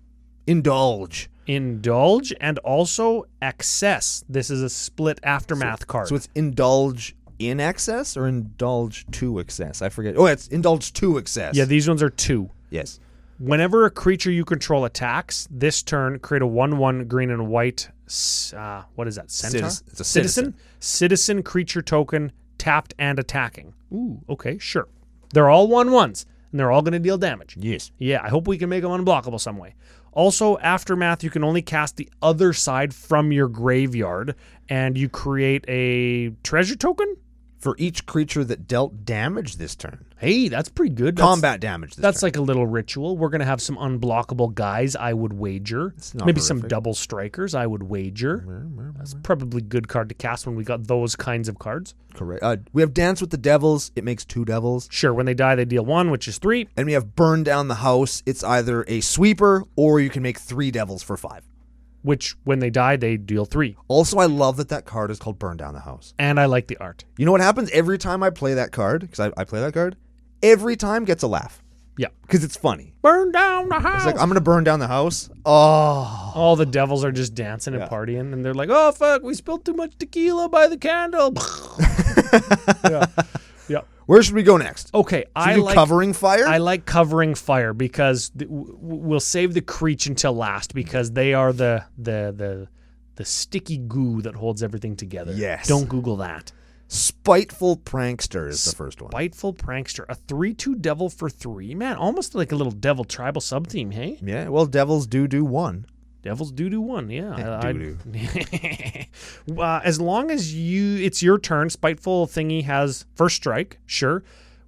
S1: indulge.
S2: Indulge and also Access. This is a split aftermath card.
S1: So it's indulge in excess or indulge to excess. I forget. Oh, it's indulge to excess.
S2: yeah, these ones are two.
S1: Yes.
S2: Whenever a creature you control attacks, this turn create a 1 1 green and white. s- Uh, what is that? Centaur?
S1: Citizen- it's a citizen.
S2: citizen? Citizen creature token tapped and attacking. Ooh, okay, sure. They're all 1 1s and they're all going to deal damage.
S1: Yes.
S2: Yeah, I hope we can make them unblockable some way. Also, Aftermath, you can only cast the other side from your graveyard and you create a treasure token?
S1: For each creature that dealt damage this turn.
S2: Hey, that's pretty good. That's-
S1: combat damage. This
S2: That's like a little ritual. We're going to have some unblockable guys, I would wager.
S1: not
S2: Maybe some double strikers, I would wager. That's probably good card to cast when we got those kinds of cards.
S1: turn. correct. Uh, we have Dance with the Devils. It makes two devils,
S2: Sure, when they die, they deal one, which is three.
S1: and we have Burn Down the House. It's either a sweeper or you can make three devils for five.
S2: Which, when they die, they deal three.
S1: Also, I love that that card is called Burn Down the House.
S2: And I like the art.
S1: You know what happens every time I play that card? Because I, I play that card every time gets a laugh
S2: Yeah.
S1: because it's funny.
S2: Burn down the house.
S1: It's like I'm gonna burn down the house. Oh,
S2: All the devils are just dancing and partying, and they're like, "Oh fuck, we spilled too much tequila by the candle." yeah. yeah.
S1: where should we go next?
S2: Okay, Oh, I
S1: Should we do
S2: like
S1: covering fire.
S2: I like covering fire because th- w- w- we'll save the creech until last because they are the the the the sticky goo that holds everything together.
S1: Yes.
S2: Don't Google that.
S1: Spiteful prankster is the first one.
S2: Biteful prankster, a three-two devil for three. Man, almost like a little devil tribal sub team. Hey,
S1: Yeah, well, devils do do one.
S2: devils do do one. Yeah. I- I-
S1: doo-doo.
S2: uh, as long as you, it's your turn. Spiteful thingy has first strike. Sure.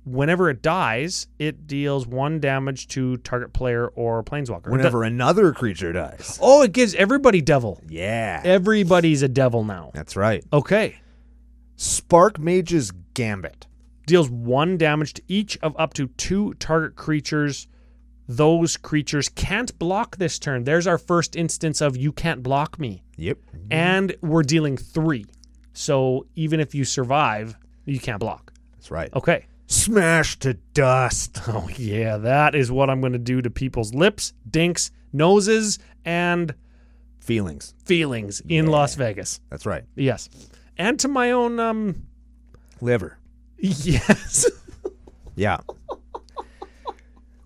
S2: Whenever it dies, it deals one damage to target player or planeswalker. It do-
S1: Whenever another creature dies.
S2: Oh, it gives everybody devil.
S1: Yeah.
S2: Everybody's a devil now.
S1: That's right.
S2: Okay.
S1: Spark Mage's Gambit.
S2: Deals one damage to each of up to two target creatures. Those creatures can't block this turn. There's our first instance of you can't block me.
S1: Yep.
S2: And we're dealing three. So even if you survive, you can't block.
S1: That's right.
S2: Okay.
S1: Smash to dust.
S2: Oh, yeah. That is what I'm going to do to people's lips, dinks, noses, and
S1: Feelings.
S2: feelings in Las Vegas.
S1: That's right.
S2: Yes. And to my own um
S1: Liver.
S2: yes.
S1: Yeah.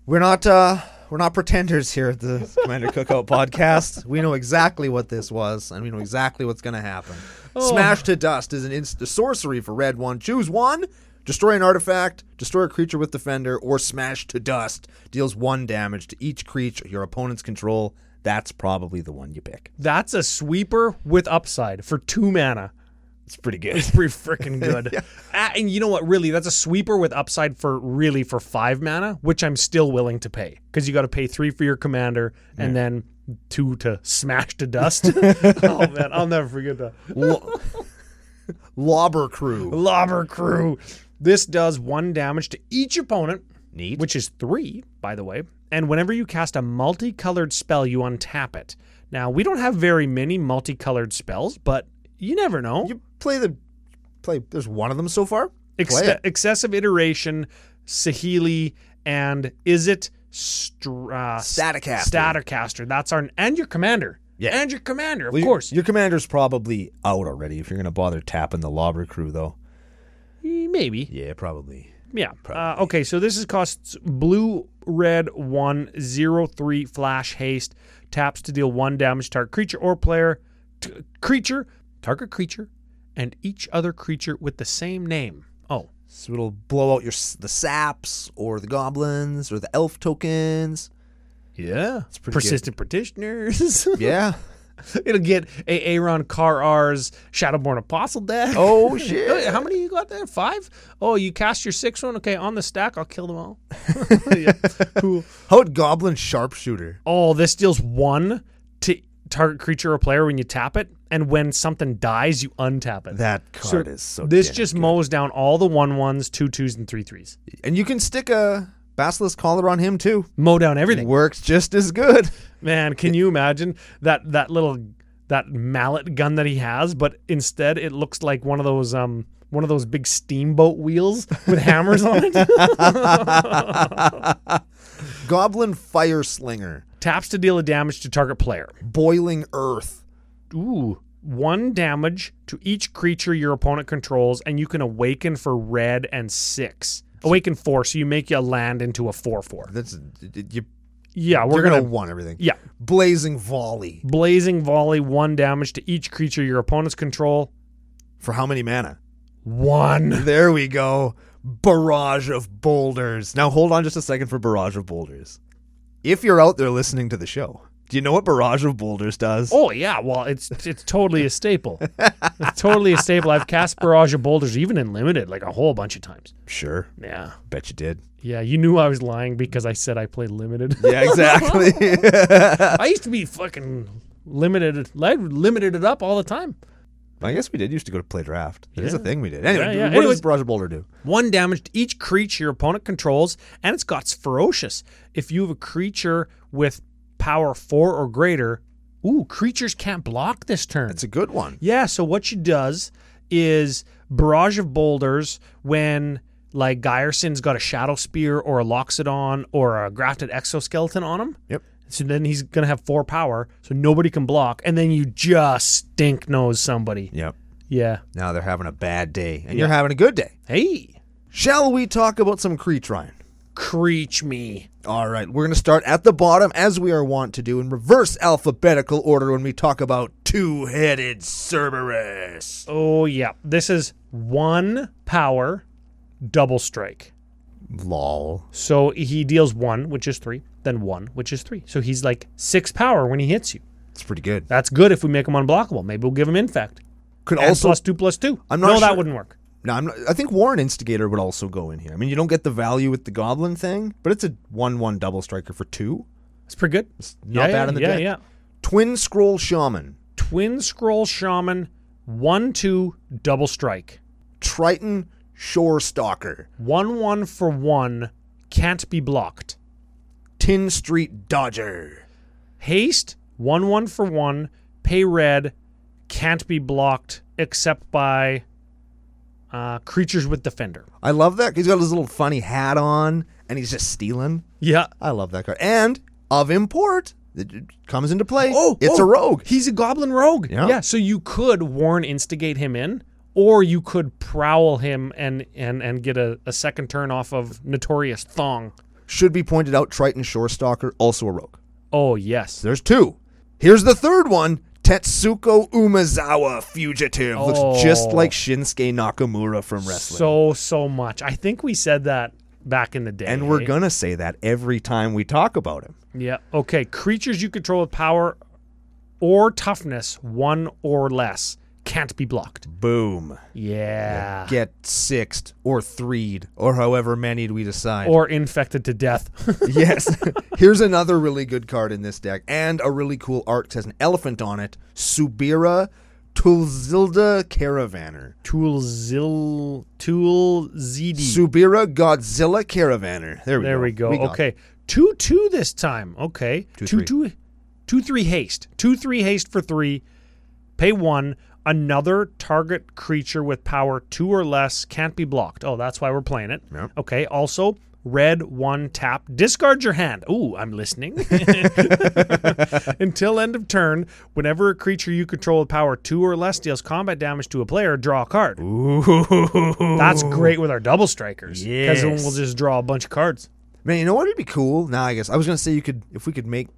S1: we're not uh we're not pretenders here at the Commander Cookout podcast. We know exactly what this was and we know exactly what's going to happen. Smash to Dust is an inst- a sorcery for red 1. Choose one. Destroy an artifact, destroy a creature with defender or smash to dust. Deals 1 damage to each creature your opponents control. That's probably the one you pick.
S2: That's a sweeper with upside for two mana.
S1: It's pretty good.
S2: Pretty freaking good. Ah, and you know what? Really, that's a sweeper with upside for really for five mana, which I'm still willing to pay because you got to pay three for your commander and then two to smash to dust. oh man, I'll never forget that.
S1: Lo- Lobber crew.
S2: Lobber crew. This does one damage to each opponent
S1: Neat.
S2: which is three, by the way. And whenever you cast a multicolored spell, you untap it. Now, we don't have very many multicolored spells, but you never know.
S1: You play the play. There's one of them so far.
S2: Exce-
S1: play it.
S2: Excessive Iteration, Sahili, and is it Str- uh,
S1: Staticaster.
S2: Staticaster. That's our and your commander.
S1: Yeah.
S2: and your commander, of
S1: Well, your-
S2: course.
S1: Your commander's probably out already. If you're gonna bother tapping the lobber crew, though.
S2: Eh, Maybe.
S1: Yeah, probably.
S2: Yeah. Uh, okay, so this is costs blue, red, one, zero, three, flash, haste, taps to deal one damage to target creature or player, t- creature, target creature, and each other creature with the same name. Oh,
S1: So it'll blow out your s- the saps or the goblins or the elf tokens.
S2: yeah. It's
S1: pretty
S2: Persistent practitioners.
S1: Yeah.
S2: It'll get a Aaron Carr's Shadowborn Apostle deck.
S1: Oh shit.
S2: How many you got there? Five? Oh, you cast your sixth one? Okay, on the stack, I'll kill them all. yeah, cool.
S1: How would goblin sharpshooter?
S2: oh, this deals one to target creature or player when you tap it, and when something dies, you untap it.
S1: That card is so.
S2: this
S1: damn-
S2: just mows down all the one ones, two twos, and three threes.
S1: and you can stick a basilisk collar on him too.
S2: Mow down everything.
S1: Works just as good.
S2: Man, can you imagine that that little that mallet gun that he has, but instead it looks like one of those um one of those big steamboat wheels with hammers on it.
S1: Goblin fire slinger,
S2: Taps to deal a damage to target player.
S1: boiling earth.
S2: Ooh. One damage to each creature your opponent controls, and you can awaken for red and six. Awaken four, so you make your land into a four four.
S1: That's you.
S2: Yeah, we're
S1: We're gonna,
S2: gonna,
S1: want everything.
S2: yeah.
S1: Blazing volley
S2: Blazing volley, one damage to each creature your opponents control.
S1: for how many mana?
S2: One.
S1: There we go. Barrage of boulders. Now hold on just a second for barrage of boulders. If you're out there listening to the show, do you know what barrage of boulders does?
S2: Oh yeah, well it's it's totally a staple. it's totally a staple. I've cast barrage of boulders even in limited like a whole bunch of times.
S1: Sure.
S2: Yeah.
S1: Bet you did.
S2: Yeah, you knew I was lying because I said I played limited.
S1: Yeah, exactly.
S2: I used to be fucking limited I limited it up all the time.
S1: I guess we did used to go to play draft. It is a thing we did. Anyway,
S2: Yeah, yeah.
S1: what
S2: Anyways-
S1: does barrage of boulder do?
S2: One damage to each creature your opponent controls, and it's got ferocious. If you have a creature with power four or greater, ooh, creatures can't block this turn.
S1: It's a good one.
S2: yeah, so what she does is barrage of boulders when like Geyersin's got a shadow spear or a Loxodon or a grafted exoskeleton on him.
S1: Yep.
S2: So then he's gonna have four power, so nobody can block, and then you just stink nose somebody.
S1: Yep.
S2: Yeah.
S1: Now they're having a bad day, and you're having a good day.
S2: Hey,
S1: Shall we talk about some Creech Ryan?
S2: creech me.
S1: All right, we're going to start at the bottom as we are wont to do in reverse alphabetical order when we talk about two headed Cerberus.
S2: Oh yeah, this is one power, double strike.
S1: Lol.
S2: So he deals one, which is three, then one, which is three. So he's like six power when he hits you.
S1: It's pretty good.
S2: That's good if we make him unblockable. Maybe we'll give him infect.
S1: Could
S2: And
S1: also.
S2: plus two, plus two.
S1: I'm not
S2: no, that
S1: sure.
S2: wouldn't work.
S1: no, I'm not, I think Warren Instigator would also go in here. I mean, you don't get the value with the Goblin thing, but it's a 1 1 double striker for two.
S2: It's pretty good.
S1: not
S2: yeah,
S1: bad
S2: yeah,
S1: in the
S2: yeah,
S1: deck.
S2: yeah.
S1: Twin Scroll Shaman,
S2: Twin scroll shaman, one two, double strike,
S1: Triton Shore Stalker,
S2: one one for one, can't be blocked.
S1: Tin Street Dodger.
S2: Haste, one one for one, pay red, can't be blocked except by uh, creatures with defender.
S1: I love that. He's got his little funny hat on, and he's just stealing.
S2: Yeah.
S1: I love that card. And of import, It comes into play.
S2: Oh,
S1: it's
S2: oh,
S1: a rogue.
S2: He's a goblin rogue.
S1: Yeah.
S2: So you could warn instigate him in, or you could prowl him and and and get a, a second turn off of notorious thong.
S1: Should be pointed out Triton Shorestalker, also a rogue.
S2: Oh yes.
S1: There's two. Here's the third one Tetsuko Umazawa, fugitive. Looks just
S2: Oh.
S1: like Shinsuke Nakamura from wrestling.
S2: So so much. I think we said that back in the day.
S1: and we're
S2: eh?
S1: going to say that every time we talk about him.
S2: Yeah. Okay. Creatures you control with power or toughness, one or less, can't be blocked.
S1: Boom.
S2: Yeah.
S1: Get sixed or threed or however many we decide.
S2: Or infected to death.
S1: yes. Here's another really good card in this deck and a really cool art. It has an elephant on it. Subira Tulzilda Caravaner.
S2: Toolzil Toolzidi.
S1: Subira Godzilla Caravaner. There we go.
S2: E. There we go.
S1: got
S2: okay. 2 2 this time. Okay. 2
S1: three.
S2: 2 two, 3 haste. 2 3 haste for 3. Pay 1. Another target creature with power 2 or less can't be blocked. Oh, that's why we're playing it.
S1: Yep.
S2: Okay. Also, red 1 tap. Discard your hand. Ooh, I'm listening. Until end of turn, whenever a creature you control with power 2 or less deals combat damage to a player, draw a card.
S1: Ooh.
S2: That's great with our double strikers. Because then
S1: Yes.
S2: we'll just draw a bunch of cards.
S1: Man, you know what would be cool? Now I guess I was gonna say you could if we could make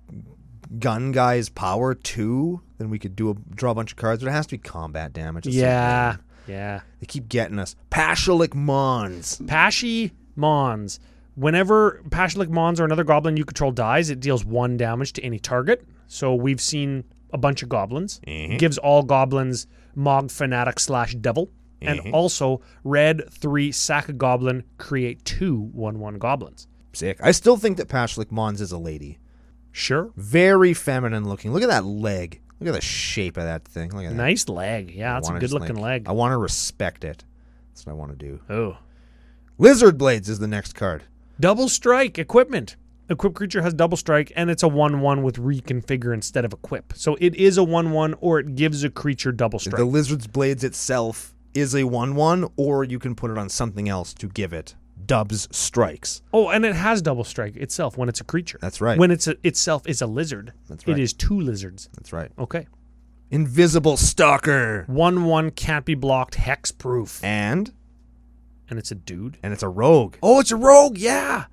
S1: gun guys power two, then we could do a draw a bunch of cards, but it has to be combat damage. It's like,
S2: Yeah. Yeah.
S1: they keep getting us. Pashalik Mons.
S2: Pashi Mons. Whenever Pashalik Mons or another goblin you control dies, it deals one damage to any target. So we've seen a bunch of goblins.
S1: Mm-hmm.
S2: Gives all goblins Mog Fanatic slash Devil.
S1: Mm-hmm.
S2: And also red three sack a goblin, create two one one goblins.
S1: Sick. I still think that Pashalik Mons is a lady.
S2: Sure.
S1: Very feminine looking. Look at that leg. Look at the shape of that thing. Look at that.
S2: Nice leg. Yeah,
S1: I
S2: that's a
S1: wanna
S2: good
S1: just,
S2: looking
S1: like-
S2: leg.
S1: I want to respect it. That's what I want to do.
S2: Oh.
S1: Lizard Blades is the next card.
S2: Double strike equipment. Equip creature has double strike, and it's a 1 1 with reconfigure instead of equip. So it is a 1 1, or it gives a creature double strike.
S1: The Lizard's Blades itself is a 1 1, or you can put it on something else to give it Dubs Strikes.
S2: Oh, and it has double strike itself when it's a creature.
S1: That's right.
S2: When it's a, itself is a lizard.
S1: That's right.
S2: It is two lizards.
S1: That's right.
S2: Okay.
S1: Invisible Stalker.
S2: One one can't be blocked, hex proof.
S1: And?
S2: And it's a dude.
S1: And it's a rogue. Oh, it's a rogue, yeah.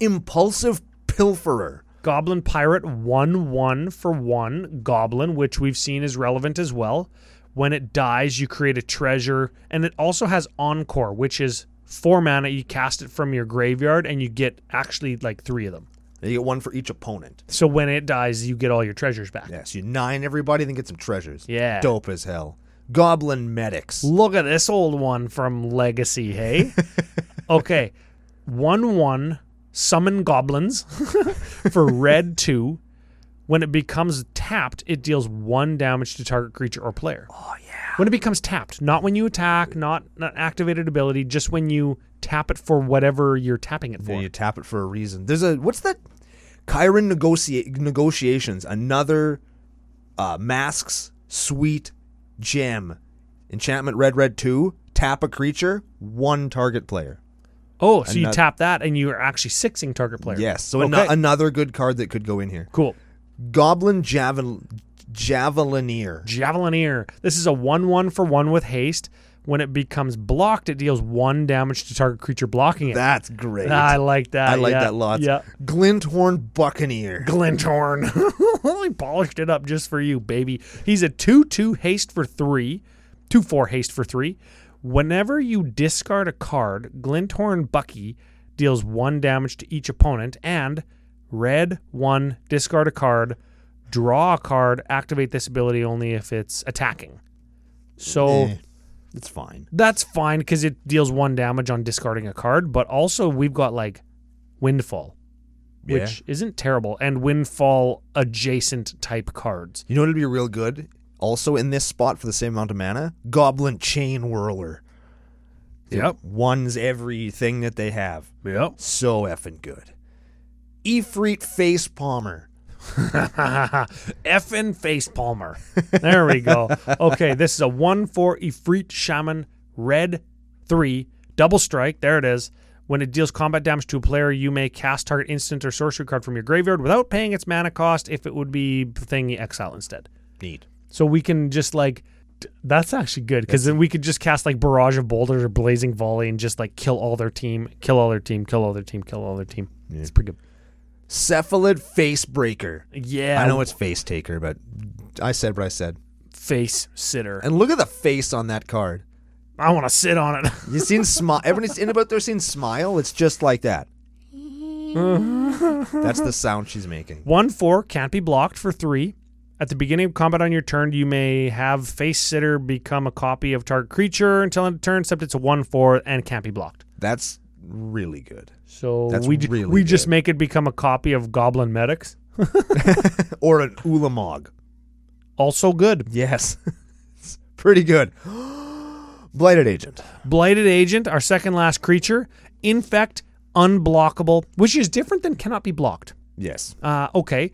S1: Impulsive Pilferer.
S2: Goblin pirate one one for one goblin, which we've seen is relevant as well. When it dies, you create a treasure, and it also has encore, which is four mana. You cast it from your graveyard, and you get actually like three of them.
S1: You get one for each opponent.
S2: So when it dies, you get all your treasures back.
S1: Yes, you nine everybody, then get some treasures.
S2: Yeah.
S1: Dope as hell. Goblin Medics.
S2: Look at this old one from Legacy, hey? okay. 1 1, summon goblins for red 2. When it becomes tapped, it deals 1 damage to target creature or player. Oh, yeah. When it becomes tapped, not when you attack, not not activated ability, just when you tap it for whatever you're tapping it
S1: Yeah,
S2: for.
S1: you tap it for a reason. There's a what's that? Chiron negotiate negotiations. Another uh, masks sweet gem enchantment. Red red two. Tap a creature. One target player.
S2: Oh, so you
S1: Ano-
S2: tap that and you're actually sixing target player.
S1: Yes. So
S2: okay.
S1: ano- another good card that could go in here.
S2: cool.
S1: Goblin javelin javelineer.
S2: Javelineer. This is a 1 1 for 1 with haste. When it becomes blocked, it deals 1 damage to target creature blocking it.
S1: That's great.
S2: I like that.
S1: I like
S2: yeah,
S1: that lots.
S2: Yeah.
S1: Glinthorn buccaneer.
S2: Glintorn. I polished it up just for you, baby. He's a 2 2 haste for 3, 2 4 haste for 3. Whenever you discard a card, Glintorn Bucky deals 1 damage to each opponent and red 1, discard a card, draw a card, activate this ability only if it's attacking. So.
S1: Eh, it's fine.
S2: That's fine because it deals one damage on discarding a card, but also we've got like Windfall, which isn't terrible, and Windfall adjacent type cards.
S1: You know what'd be real good? Also in this spot for the same amount of mana, Goblin Chain Whirler.
S2: Yep.
S1: One's everything that they have.
S2: Yep.
S1: So effing good. Ifrit Face Palmer.
S2: Effin Face Palmer. There we go. Okay, this is a 1 4 Ifrit Shaman, red 3, double strike. There it is. When it deals combat damage to a player, you may cast target instant or sorcery card from your graveyard without paying its mana cost if it would be thing you exile instead.
S1: Neat.
S2: So we can just like d- that's actually good because then we could just cast like barrage of boulders or blazing volley and just like kill all their team, kill all their team, kill all their team, kill all their team. It's pretty good.
S1: Cephalid face breaker.
S2: Yeah,
S1: I know it's face taker, but I said what I said.
S2: face sitter.
S1: And look at the face on that card.
S2: I want to sit on it.
S1: You seen smile? Everyone's in about there seen smile. It's just like that. That's the sound she's making.
S2: One four can't be blocked for three. At the beginning of combat on your turn, you may have face sitter become a copy of target creature until end of turn, except it's a one four and can't be blocked.
S1: That's really good.
S2: So
S1: That's
S2: we ju-
S1: really
S2: we just
S1: good.
S2: make it become a copy of Goblin Medics.
S1: Or an ulamog.
S2: Also good.
S1: Yes, It's pretty good. Blighted agent.
S2: Blighted Agent, our second last creature, infect, unblockable, which is different than cannot be blocked.
S1: Yes.
S2: Uh, okay,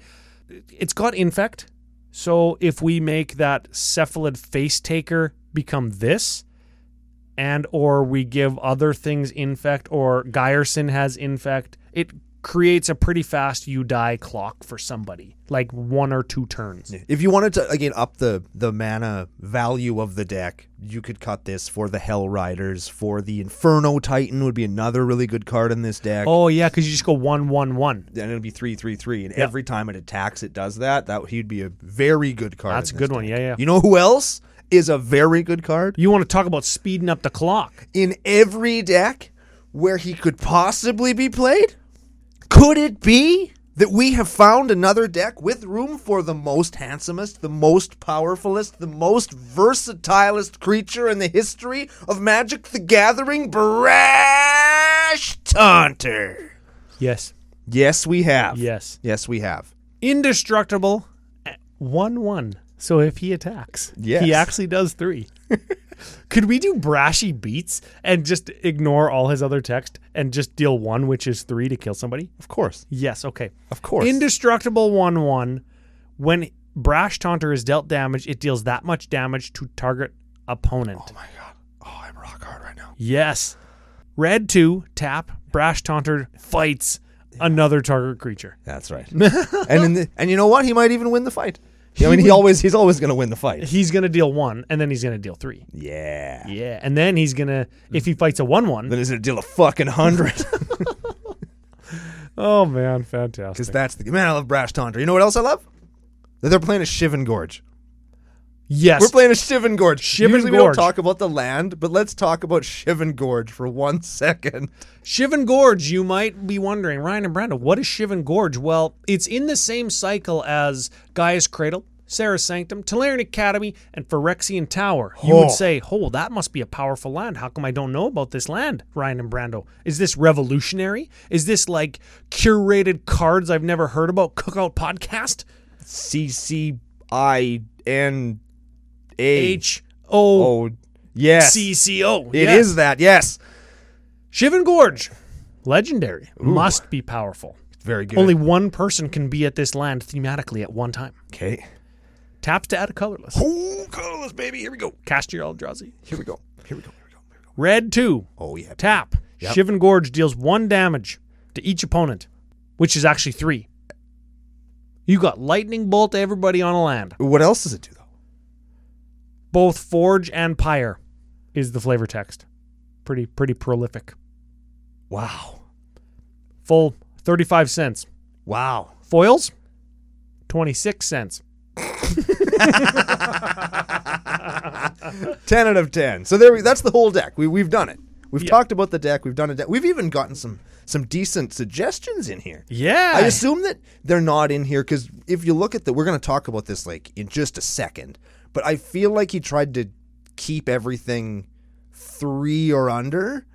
S2: it's got infect. So if we make that cephalid face taker become this, and or we give other things infect, or Geyerson has infect, it creates a pretty fast you die clock for somebody, like one or two turns.
S1: If you wanted to again up the the mana value of the deck, you could cut this for the Hell Riders, for the Inferno Titan would be another really good card in this deck.
S2: Oh yeah, because you just go one one one.
S1: And it'll be three three three, and every time it attacks, it does that. That he'd be a very good card.
S2: That's a
S1: in this
S2: good one. Yeah, yeah.
S1: You know who else is a very good card?
S2: You want to talk about speeding up the clock?
S1: In every deck where he could possibly be played? Could it be that we have found another deck with room for the most handsomest, the most powerfulest, the most versatilest creature in the history of Magic the Gathering, Brash Taunter?
S2: Yes.
S1: Yes, we have.
S2: Yes.
S1: Yes, we have.
S2: indestructible at 1 1. So if he attacks,
S1: Yes.
S2: he actually does three. Could we do brashy beats and just ignore all his other text and just deal one, which is three, to kill somebody?
S1: Of course.
S2: Yes, okay.
S1: Of course.
S2: Indestructible 1 1. When Brash Taunter is dealt damage, it deals that much damage to target opponent.
S1: oh my god. Oh, I'm rock hard right now.
S2: Yes. Red 2, tap, Brash Taunter fights another target creature.
S1: That's right. and in the, and you know what? He might even win the fight. I mean, he always he's always going to win the fight.
S2: He's going to deal one, and then he's going to deal three.
S1: Yeah.
S2: Yeah, and then he's gonna if he fights a one-one.
S1: Then is it a deal of fucking hundred?
S2: Oh man,
S1: Because
S2: fantastic!
S1: that's the man. I love Brash Taunter. You know what else I love? That they're playing a Shivan Gorge.
S2: yes,
S1: We're playing a Shivan Gorge.
S2: Shivan
S1: Usually we don't
S2: Gorge.
S1: talk about the land, but let's talk about Shivan Gorge for one second.
S2: Shivan Gorge. You might be wondering, Ryan and Brenda, what is Shivan Gorge? Well, it's in the same cycle as Gaia's Cradle, Sarah's Sanctum, Talarian Academy, and Phyrexian Tower. You
S1: Oh.
S2: would say, "Oh, that must be a powerful land. How come I don't know about this land, Ryan and Brando? Is this revolutionary? Is this like curated cards I've never heard about? Cookout podcast?
S1: C C I N A
S2: H O
S1: O. Oh, Yes,
S2: C C O.
S1: it is that. Yes,
S2: Shivan Gorge, legendary, must be powerful.
S1: very good.
S2: Only one person can be at this land thematically at one time.
S1: okay.
S2: Taps to add a colorless.
S1: Oh, colorless baby. Here we go.
S2: Cast your Eldrazi.
S1: Here we go. Here we go. Here we go. Here we go.
S2: Red 2,
S1: Oh yeah.
S2: tap.
S1: Yep.
S2: Shivan Gorge deals one damage to each opponent, which is actually three. You got Lightning Bolt to everybody on a land.
S1: What else does it do though?
S2: Both Forge and Pyre is the flavor text. Pretty, pretty prolific.
S1: Wow.
S2: Full 35 cents.
S1: Wow.
S2: Foils, 26 cents.
S1: ten out of ten. So there, we, that's the whole deck. We we've done it. We've
S2: Yeah.
S1: talked about the deck. We've done a deck. We've even gotten some some decent suggestions in here.
S2: Yeah.
S1: I assume that they're not in here because if you look at the, we're going to talk about this like in just a second. But I feel like he tried to keep everything three or under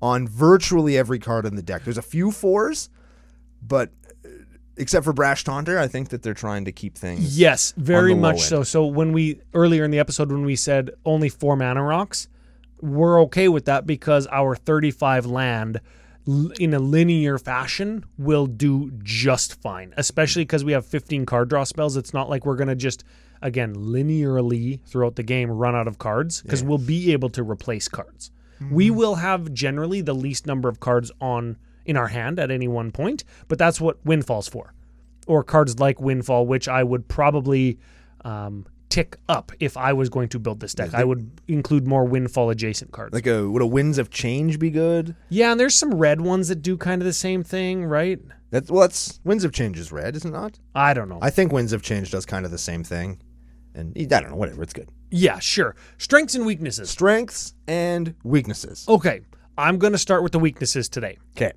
S1: on virtually every card in the deck. There's a few fours, but uh, except for Brash Taunter, I think that they're trying to keep things.
S2: Yes, very
S1: low
S2: much
S1: end.
S2: so. So when we earlier in the episode when we said only four mana rocks, we're okay with that because our 35 land l- in a linear fashion will do just fine. Especially because we have 15 card draw spells. It's not like we're gonna just again linearly throughout the game run out of cards because we'll be able to replace cards.
S1: Mm-hmm.
S2: We will have generally the least number of cards on in our hand at any one point, but that's what Windfall's for. Or cards like Windfall, which I would probably um, tick up if I was going to build this deck. I would include more Windfall adjacent cards.
S1: Like a would a Winds of Change be good?
S2: yeah, and there's some red ones that do kind of the same thing, right?
S1: That's well, that's Winds of Change is red, is it not?
S2: I don't know.
S1: I think Winds of Change does kind of the same thing. And I don't know, whatever, it's good.
S2: yeah, sure. Strengths and weaknesses.
S1: Strengths and weaknesses.
S2: Okay, I'm going to start with the weaknesses today.
S1: Okay.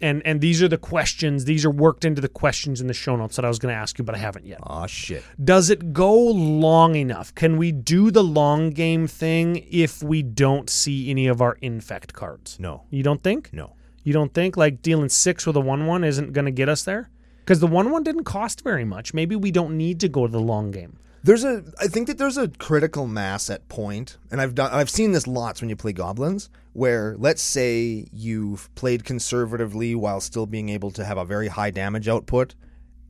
S2: and and these are the questions these are worked into the questions in the show notes that i was going to ask you but i haven't yet
S1: Aw shit.
S2: does it go long enough can we do the long game thing if we don't see any of our infect cards
S1: No.
S2: you don't think
S1: No.
S2: you don't think like dealing six with a one one isn't going to get us there because the one one didn't cost very much maybe we don't need to go to the long game
S1: There's a I think that there's a critical mass at point, and I've done I've seen this lots when you play goblins, where let's say you've played conservatively while still being able to have a very high damage output,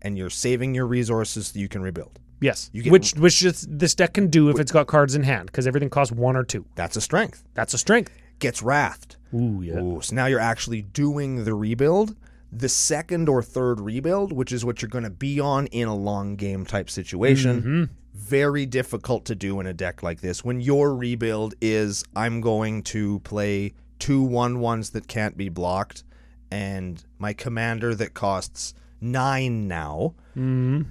S1: and you're saving your resources so you can rebuild.
S2: yes
S1: get-
S2: which which this, this deck can do if it's got cards in hand because everything costs one or two
S1: That's a strength.
S2: that's a strength
S1: Gets wrathed.
S2: ooh yeah
S1: Ooh, so now you're actually doing the rebuild, the second or third rebuild, which is what you're going to be on in a long game type situation. Very difficult to do in a deck like this when your rebuild is I'm going to play two one ones that can't be blocked and my commander that costs nine now.
S2: Mm-hmm.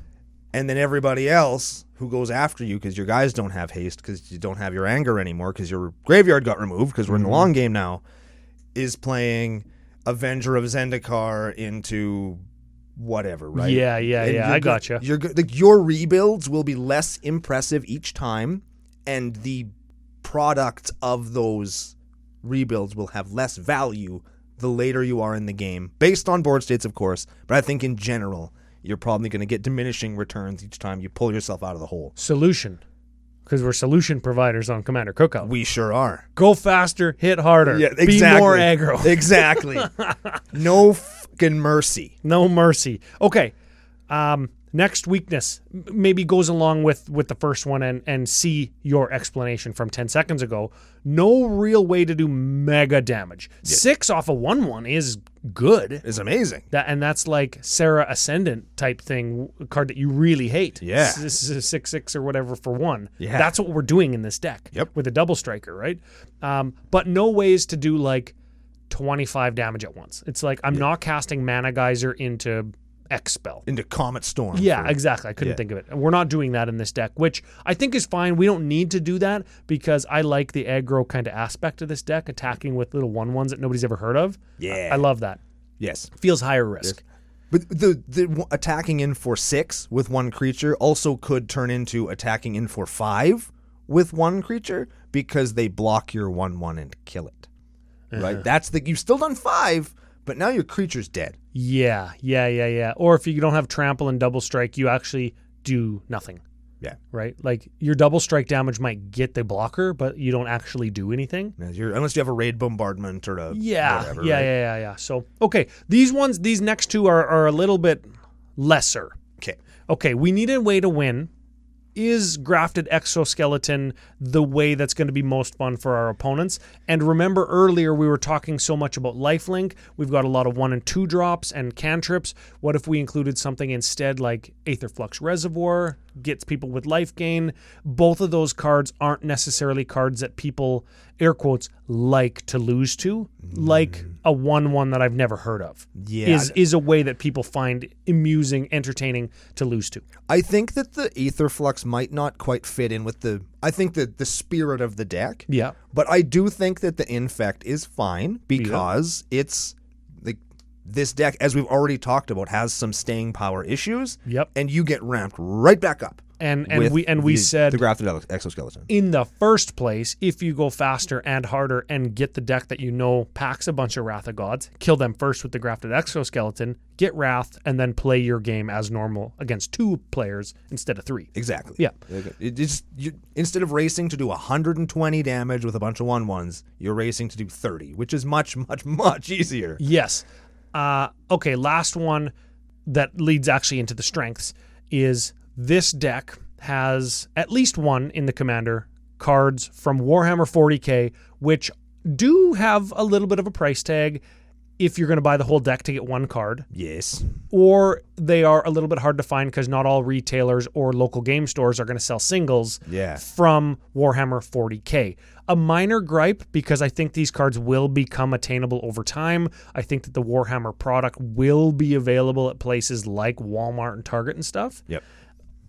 S1: And then everybody else who goes after you because your guys don't have haste because you don't have your anger anymore because your graveyard got removed because we're in the long game now is playing Avenger of Zendikar into whatever, right?
S2: Yeah, yeah, yeah,
S1: you're
S2: I
S1: go-
S2: gotcha.
S1: You're go- like your rebuilds will be less impressive each time, and the product of those rebuilds will have less value the later you are in the game, based on board states, of course. But I think in general, you're probably going to get diminishing returns each time you pull yourself out of the hole.
S2: solution because we're solution providers on Commander Cookout.
S1: We sure are.
S2: Go faster, hit harder, be more aggro.
S1: exactly. No fucking mercy.
S2: No mercy. Okay. Um, next weakness m- maybe goes along with with the first one and and see your explanation from 10 seconds ago. No real way to do mega damage. 6 off a 1 1 is good.
S1: It's amazing.
S2: That, and that's like Sarah Ascendant type thing, a card that you really hate.
S1: Yeah.
S2: S- This is a 6 6 or whatever for one.
S1: Yeah.
S2: That's what we're doing in this deck
S1: Yep.
S2: with a double striker, right? Um, but no ways to do like 25 damage at once. It's like I'm not casting Mana Geyser into X spell.
S1: into Comet Storm.
S2: Yeah,
S1: for-
S2: exactly. I couldn't
S1: Yeah.
S2: think of it. We're not doing that in this deck, which I think is fine. We don't need to do that because I like the aggro kind of aspect of this deck, attacking with little one ones that nobody's ever heard of. I-
S1: Yeah.
S2: I, love that.
S1: yes.
S2: Feels higher risk.
S1: But the the w- attacking in for six with one creature also could turn into attacking in for five with one creature because they block your one one and kill it. Right. That's the you've still done five, but now your creature's dead.
S2: Yeah, yeah, yeah, yeah. Or if you don't have trample and double strike, you actually do nothing,
S1: Yeah.
S2: right? Like your double strike damage might get the blocker, but you don't actually do anything.
S1: Now you're- unless you have a raid bombardment or a
S2: Yeah,
S1: whatever,
S2: yeah,
S1: right?
S2: yeah, yeah, yeah. So okay, these ones, these next two are are a little bit lesser.
S1: Okay.
S2: Okay, we need a way to win. Is grafted exoskeleton the way that's going to be most fun for our opponents? And remember earlier we were talking so much about lifelink. We've got a lot of one and two drops and cantrips. What if we included something instead like Aetherflux Reservoir, gets people with life gain? Both of those cards aren't necessarily cards that people, air quotes, like to lose to, like a 1 1 that I've never heard of
S1: Yeah.
S2: is is a way that people find amusing, entertaining to lose to.
S1: I think that the ether flux might not quite fit in with the I think that the spirit of the deck.
S2: Yeah.
S1: But I do think that the infect is fine because it's like this deck, as we've already talked about, has some staying power issues.
S2: Yep.
S1: And you get ramped right back up.
S2: And and
S1: with
S2: we and we
S1: the-
S2: said
S1: the grafted ele- exoskeleton.
S2: in the first place, if you go faster and harder and get the deck that you know packs a bunch of Wrath of Gods, kill them first with the grafted exoskeleton, get Wrath, and then play your game as normal against two players instead of three.
S1: Exactly.
S2: Yeah.
S1: Okay. It- it's- you, instead of racing to do 120 damage with a bunch of one ones, you're racing to do 30, which is much, much, much easier.
S2: Yes. Uh, okay, last one that leads actually into the strengths is this deck has at least one in the commander cards from Warhammer 40k, which do have a little bit of a price tag if you're going to buy the whole deck to get one card,
S1: Yes.
S2: or they are a little bit hard to find because not all retailers or local game stores are going to sell singles
S1: Yeah.
S2: from Warhammer 40K. A minor gripe because I think these cards will become attainable over time. I think that the Warhammer product will be available at places like Walmart and Target and stuff
S1: Yep.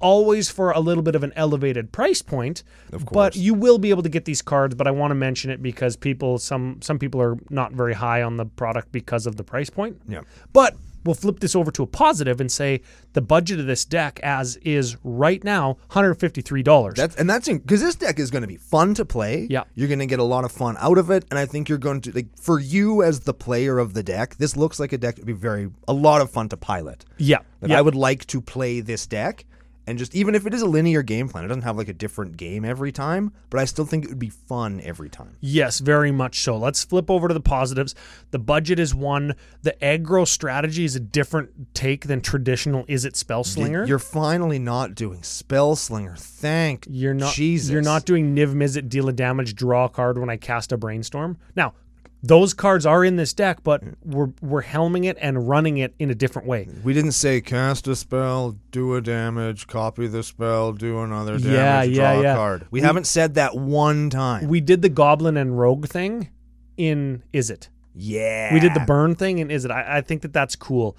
S2: always for a little bit of an elevated price point.
S1: Of
S2: But
S1: course.
S2: you will be able to get these cards, but I want to mention it because people some some people are not very high on the product because of the price point.
S1: Yep.
S2: But we'll flip this over to a positive and say the budget of this deck as is right now, $153.
S1: That's and that's because this deck is going to be fun to play.
S2: Yeah.
S1: you're going to get a lot of fun out of it, and I think you're going to like for you as the player of the deck. This looks like a deck that would be very a lot of fun to pilot.
S2: yeah.
S1: Like,
S2: yeah.
S1: I would like to play this deck, and just even if it is a linear game plan, it doesn't have like a different game every time, but I still think it would be fun every time.
S2: Yes, very much so. Let's flip over to the positives. The budget is one. The aggro strategy is a different take than traditional is it spell slinger.
S1: You're finally not doing spell slinger. Thank
S2: You're not.
S1: Jesus.
S2: You're not doing Niv Mizzet deal a damage draw a card when I cast a brainstorm. Now, those cards are in this deck, but we're we're helming it and running it in a different way.
S1: We didn't say cast a spell, do a damage, copy the spell, do another damage,
S2: Yeah, yeah,
S1: draw
S2: yeah.
S1: a card. We, haven't said that one time.
S2: We did the Goblin and Rogue thing in Is It.
S1: yeah.
S2: We did
S1: Ah.
S2: the burn thing in Is It. I, I think that that's cool.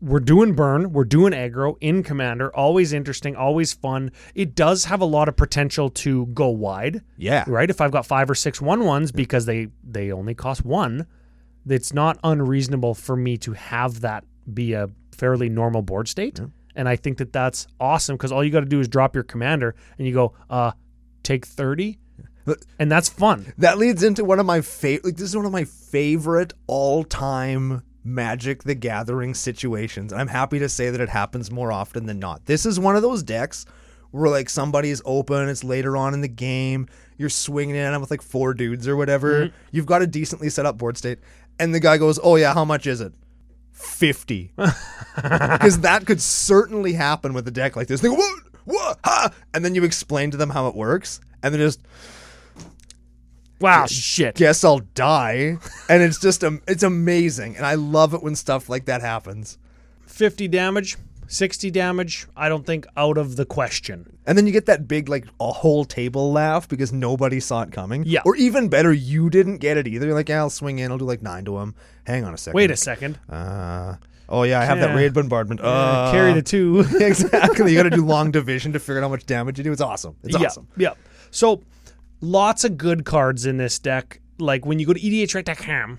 S2: We're doing burn. We're doing aggro in Commander. Always interesting. Always fun. It does have a lot of potential to go wide.
S1: Yeah.
S2: right? If I've got five or six one ones because they they only cost one, it's not unreasonable for me to have that be a fairly normal board state. And I think that that's awesome because all you got to do is drop your commander and you go, uh, take thirty,
S1: But-
S2: and that's fun.
S1: That leads into one of my favorite like this is one of my favorite all-time Magic the Gathering situations. And I'm happy to say that it happens more often than not. This is one of those decks where like somebody's open, it's later on in the game, you're swinging it in with like four dudes or whatever. You've got a decently set up board state and the guy goes, "Oh yeah, how much is it?" 50. Because that could certainly happen with a deck like this. They go, what? What? Ha! And then you explain to them how it works, and they're just,
S2: Wow, shit.
S1: guess I'll die. And it's just um, it's amazing. And I love it when stuff like that happens.
S2: Fifty damage, sixty damage. I don't think out of the question.
S1: And then you get that big like a whole table laugh because nobody saw it coming.
S2: Yeah.
S1: Or even better, you didn't get it either. You're like, yeah, I'll swing in, I'll do like nine to him. Hang on a second.
S2: Wait a second.
S1: uh oh yeah, I have that
S2: Yeah.
S1: raid bombardment. Uh,
S2: Carry the two.
S1: exactly. You gotta do long division to figure out how much damage you do. It's awesome. It's
S2: yeah,
S1: awesome.
S2: Yeah. So lots of good cards in this deck. Like when you go to E edhrite.com,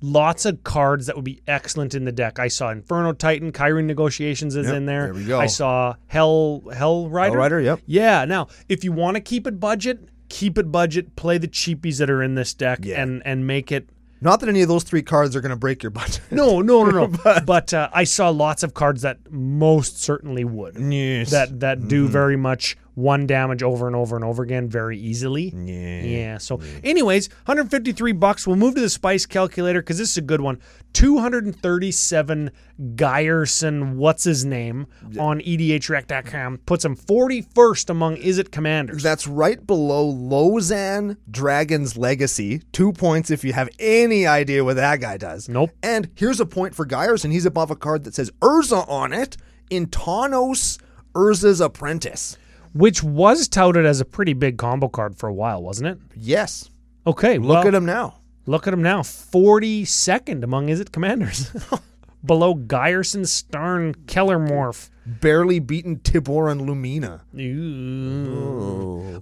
S2: lots of cards that would be excellent in the deck. I saw Inferno Titan, Kyrene Negotiations is
S1: Yep,
S2: in there.
S1: there we go.
S2: I saw Hell Hell Rider.
S1: All rider, yep.
S2: Yeah. Now, if you want to keep it budget, keep it budget, play the cheapies that are in this deck
S1: Yeah.
S2: and and make it
S1: Not that any of those three cards are gonna break your budget.
S2: no, no, no, no. but uh, I saw lots of cards that most certainly would.
S1: Yes. Mm-hmm.
S2: That that do very much one damage over and over and over again very easily.
S1: Yeah.
S2: Yeah. So, anyways, 153 bucks. We'll move to the spice calculator because this is a good one. 237 Geyerson, what's his name, on E edhrec.com puts him 41st among is it commanders.
S1: That's right below Lozan Dragon's Legacy. Two points if you have any idea what that guy does.
S2: Nope.
S1: And here's a point for Geyerson. He's above a card that says Urza on it in Tanos Urza's Apprentice.
S2: which was touted as a pretty big combo card for a while, wasn't it?
S1: Yes.
S2: Okay.
S1: Look at him now.
S2: Look at him now, 42nd among is it commanders, below Geyerson, Starn, Kellermorph.
S1: Barely beaten Tibor and Lumina.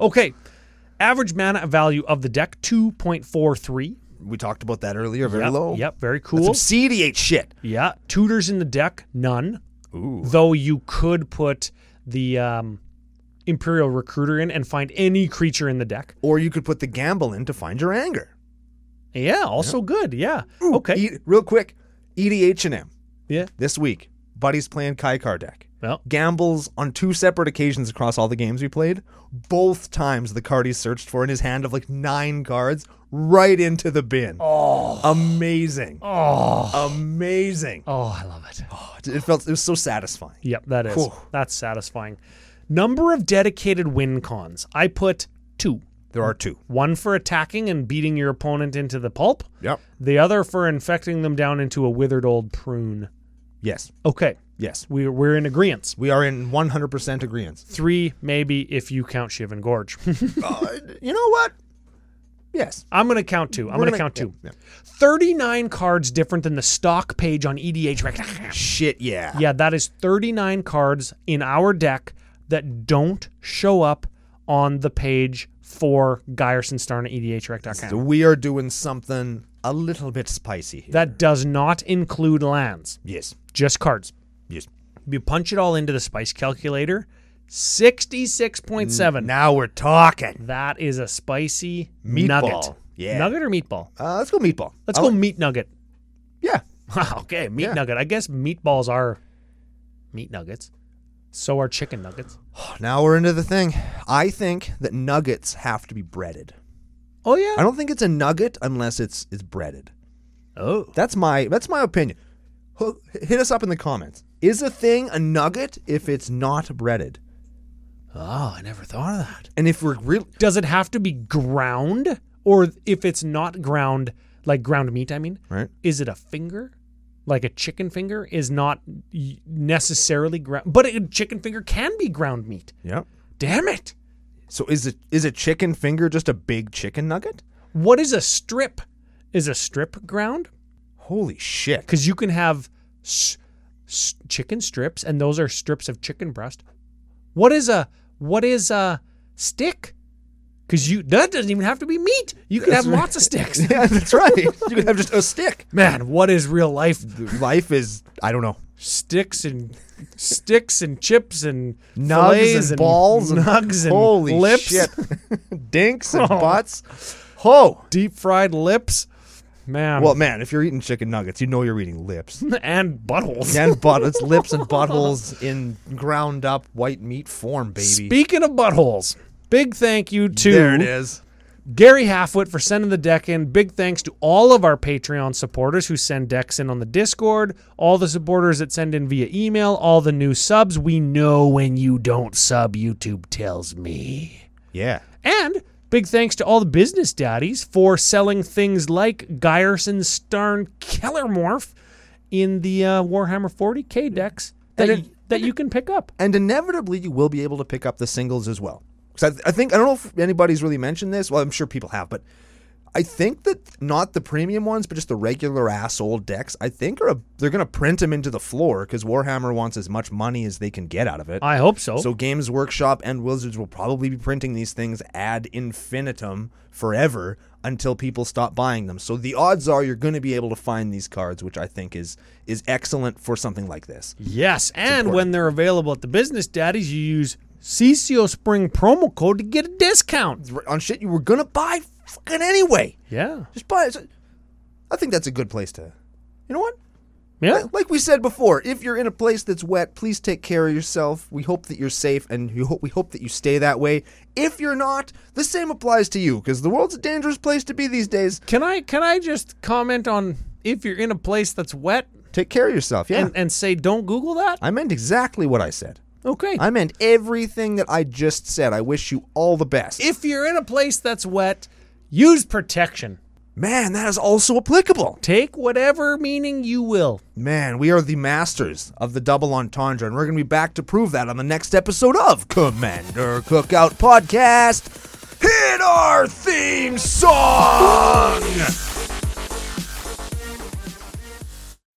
S2: Okay, average mana value of the deck 2.43.
S1: We talked about that earlier. Very
S2: Yep,
S1: low.
S2: Yep, very
S1: Some
S2: cool.
S1: CDH shit.
S2: Yeah, tutors in the deck none.
S1: Ooh.
S2: Though you could put the um, Imperial Recruiter in and find any creature in the deck.
S1: Or you could put the gamble in to find your anger.
S2: Yeah, also good. Yeah. okay.
S1: E- real quick, EDH and M
S2: yeah.
S1: this week. Buddy's playing Kaikar deck.
S2: Well,
S1: gambles on two separate occasions across all the games we played. Both times the card he searched for in his hand of like nine cards right into the bin. Oh, amazing! Oh, amazing!
S2: oh, I love it.
S1: Oh, it felt it was so satisfying.
S2: Yep, that is.
S1: Whew.
S2: That's satisfying. Number of dedicated win cons. I put two.
S1: There are two.
S2: One for attacking and beating your opponent into the pulp,
S1: Yep.
S2: the other for infecting them down into a withered old prune.
S1: Yes.
S2: Okay,
S1: Yes.
S2: we, we're in agreement.
S1: We are in 100% agreement.
S2: Three, maybe, if you count Shiv and Gorge.
S1: Uh, you know what? Yes.
S2: I'm going to count two. I'm
S1: We're
S2: going to
S1: gonna-
S2: count two.
S1: yeah,
S2: 39 cards different than the stock page on E EDH Rec.
S1: Shit, yeah.
S2: Yeah, that is 39 cards in our deck that don't show up on the page for Geyerson Starna E
S1: So
S2: EDHREC.com.
S1: we are doing something a little bit spicy here.
S2: That does not include lands,
S1: yes.
S2: just cards.
S1: Yes.
S2: You punch it all into the spice calculator, 66.7.
S1: Now we're talking.
S2: That is a spicy
S1: Meatball.
S2: nugget.
S1: Yeah.
S2: Nugget or meatball?
S1: Uh, let's go meatball.
S2: Let's
S1: I
S2: go
S1: like-
S2: meat nugget.
S1: yeah.
S2: okay, meat
S1: Yeah.
S2: nugget. I guess meatballs are meat nuggets. So are chicken nuggets.
S1: Now we're into the thing. I think that nuggets have to be breaded.
S2: Oh yeah.
S1: I don't think it's a nugget unless it's it's breaded.
S2: Oh.
S1: That's my that's my opinion. Ho- Hit us up in the comments. Is a thing a nugget if it's not breaded?
S2: Oh, I never thought of that.
S1: And if we're really
S2: Does it have to be ground? Or if it's not ground, like ground meat, I mean,
S1: right,
S2: is it a finger? Like a chicken finger is not y- necessarily ground, but a chicken finger can be ground meat.
S1: yeah.
S2: Damn it.
S1: So is it is a chicken finger just a big chicken nugget?
S2: What is a strip? Is a strip ground?
S1: Holy shit!
S2: Because you can have s- s- chicken strips, and those are strips of chicken breast. What is a what is a stick? Because you that doesn't even have to be meat. You can have lots of sticks.
S1: Yeah, that's right. You could have just a stick.
S2: Man, what is real life?
S1: Life is I don't know.
S2: Sticks and sticks and chips and
S1: Nugs
S2: fillets
S1: and balls and
S2: nugs and
S1: Holy
S2: lips, Oh.
S1: shit! Dinks and butts. Ho!
S2: deep fried lips. Man,
S1: Well, man, if you're eating chicken nuggets, you know you're eating lips
S2: and buttholes.
S1: and buttons, lips and buttholes in ground up white meat form, baby.
S2: Speaking of buttholes, big thank you to
S1: There it is.
S2: Gary Halfwit for sending the deck in. Big thanks to all of our Patreon supporters who send decks in on the Discord, all the supporters that send in via email, all the new subs. We know when you don't sub, YouTube tells me.
S1: Yeah.
S2: And big thanks to all the business daddies for selling things like Geyerson Starn Kellermorph in the uh, Warhammer 40k decks that,
S1: And it-
S2: you, that you can pick up.
S1: And inevitably, you will be able to pick up the singles as well. Because I, th- I think, I don't know if anybody's really mentioned this. Well, I'm sure people have, but I think that not the premium ones, but just the regular ass old decks, I think are a, they're going to print them into the floor because Warhammer wants as much money as they can get out of it.
S2: I hope so.
S1: So Games Workshop and Wizards will probably be printing these things ad infinitum forever until people stop buying them. So the odds are you're going to be able to find these cards, which I think is is excellent for something like this.
S2: Yes, and when they're available at the business daddies, you use CCO Spring promo code to get a discount.
S1: On shit you were going to buy fucking anyway.
S2: Yeah,
S1: Just buy it. I think that's a good place to. You know what?
S2: yeah.
S1: Like we said before, if you're in a place that's wet, please take care of yourself. We hope that you're safe, and you hope, we hope that you stay that way. If you're not, the same applies to you, because the world's a dangerous place to be these days.
S2: Can I can I just comment on if you're in a place that's wet
S1: Take care of yourself. Yeah.
S2: and, and say don't Google that?
S1: I meant exactly what I said.
S2: Okay.
S1: I meant everything that I just said. I wish you all the best.
S2: if you're in a place that's wet, use protection.
S1: Man, that is also applicable.
S2: Take whatever meaning you will.
S1: Man, we are the masters of the double entendre, and we're going to be back to prove that on the next episode of Commander Cookout Podcast. Hit our theme song!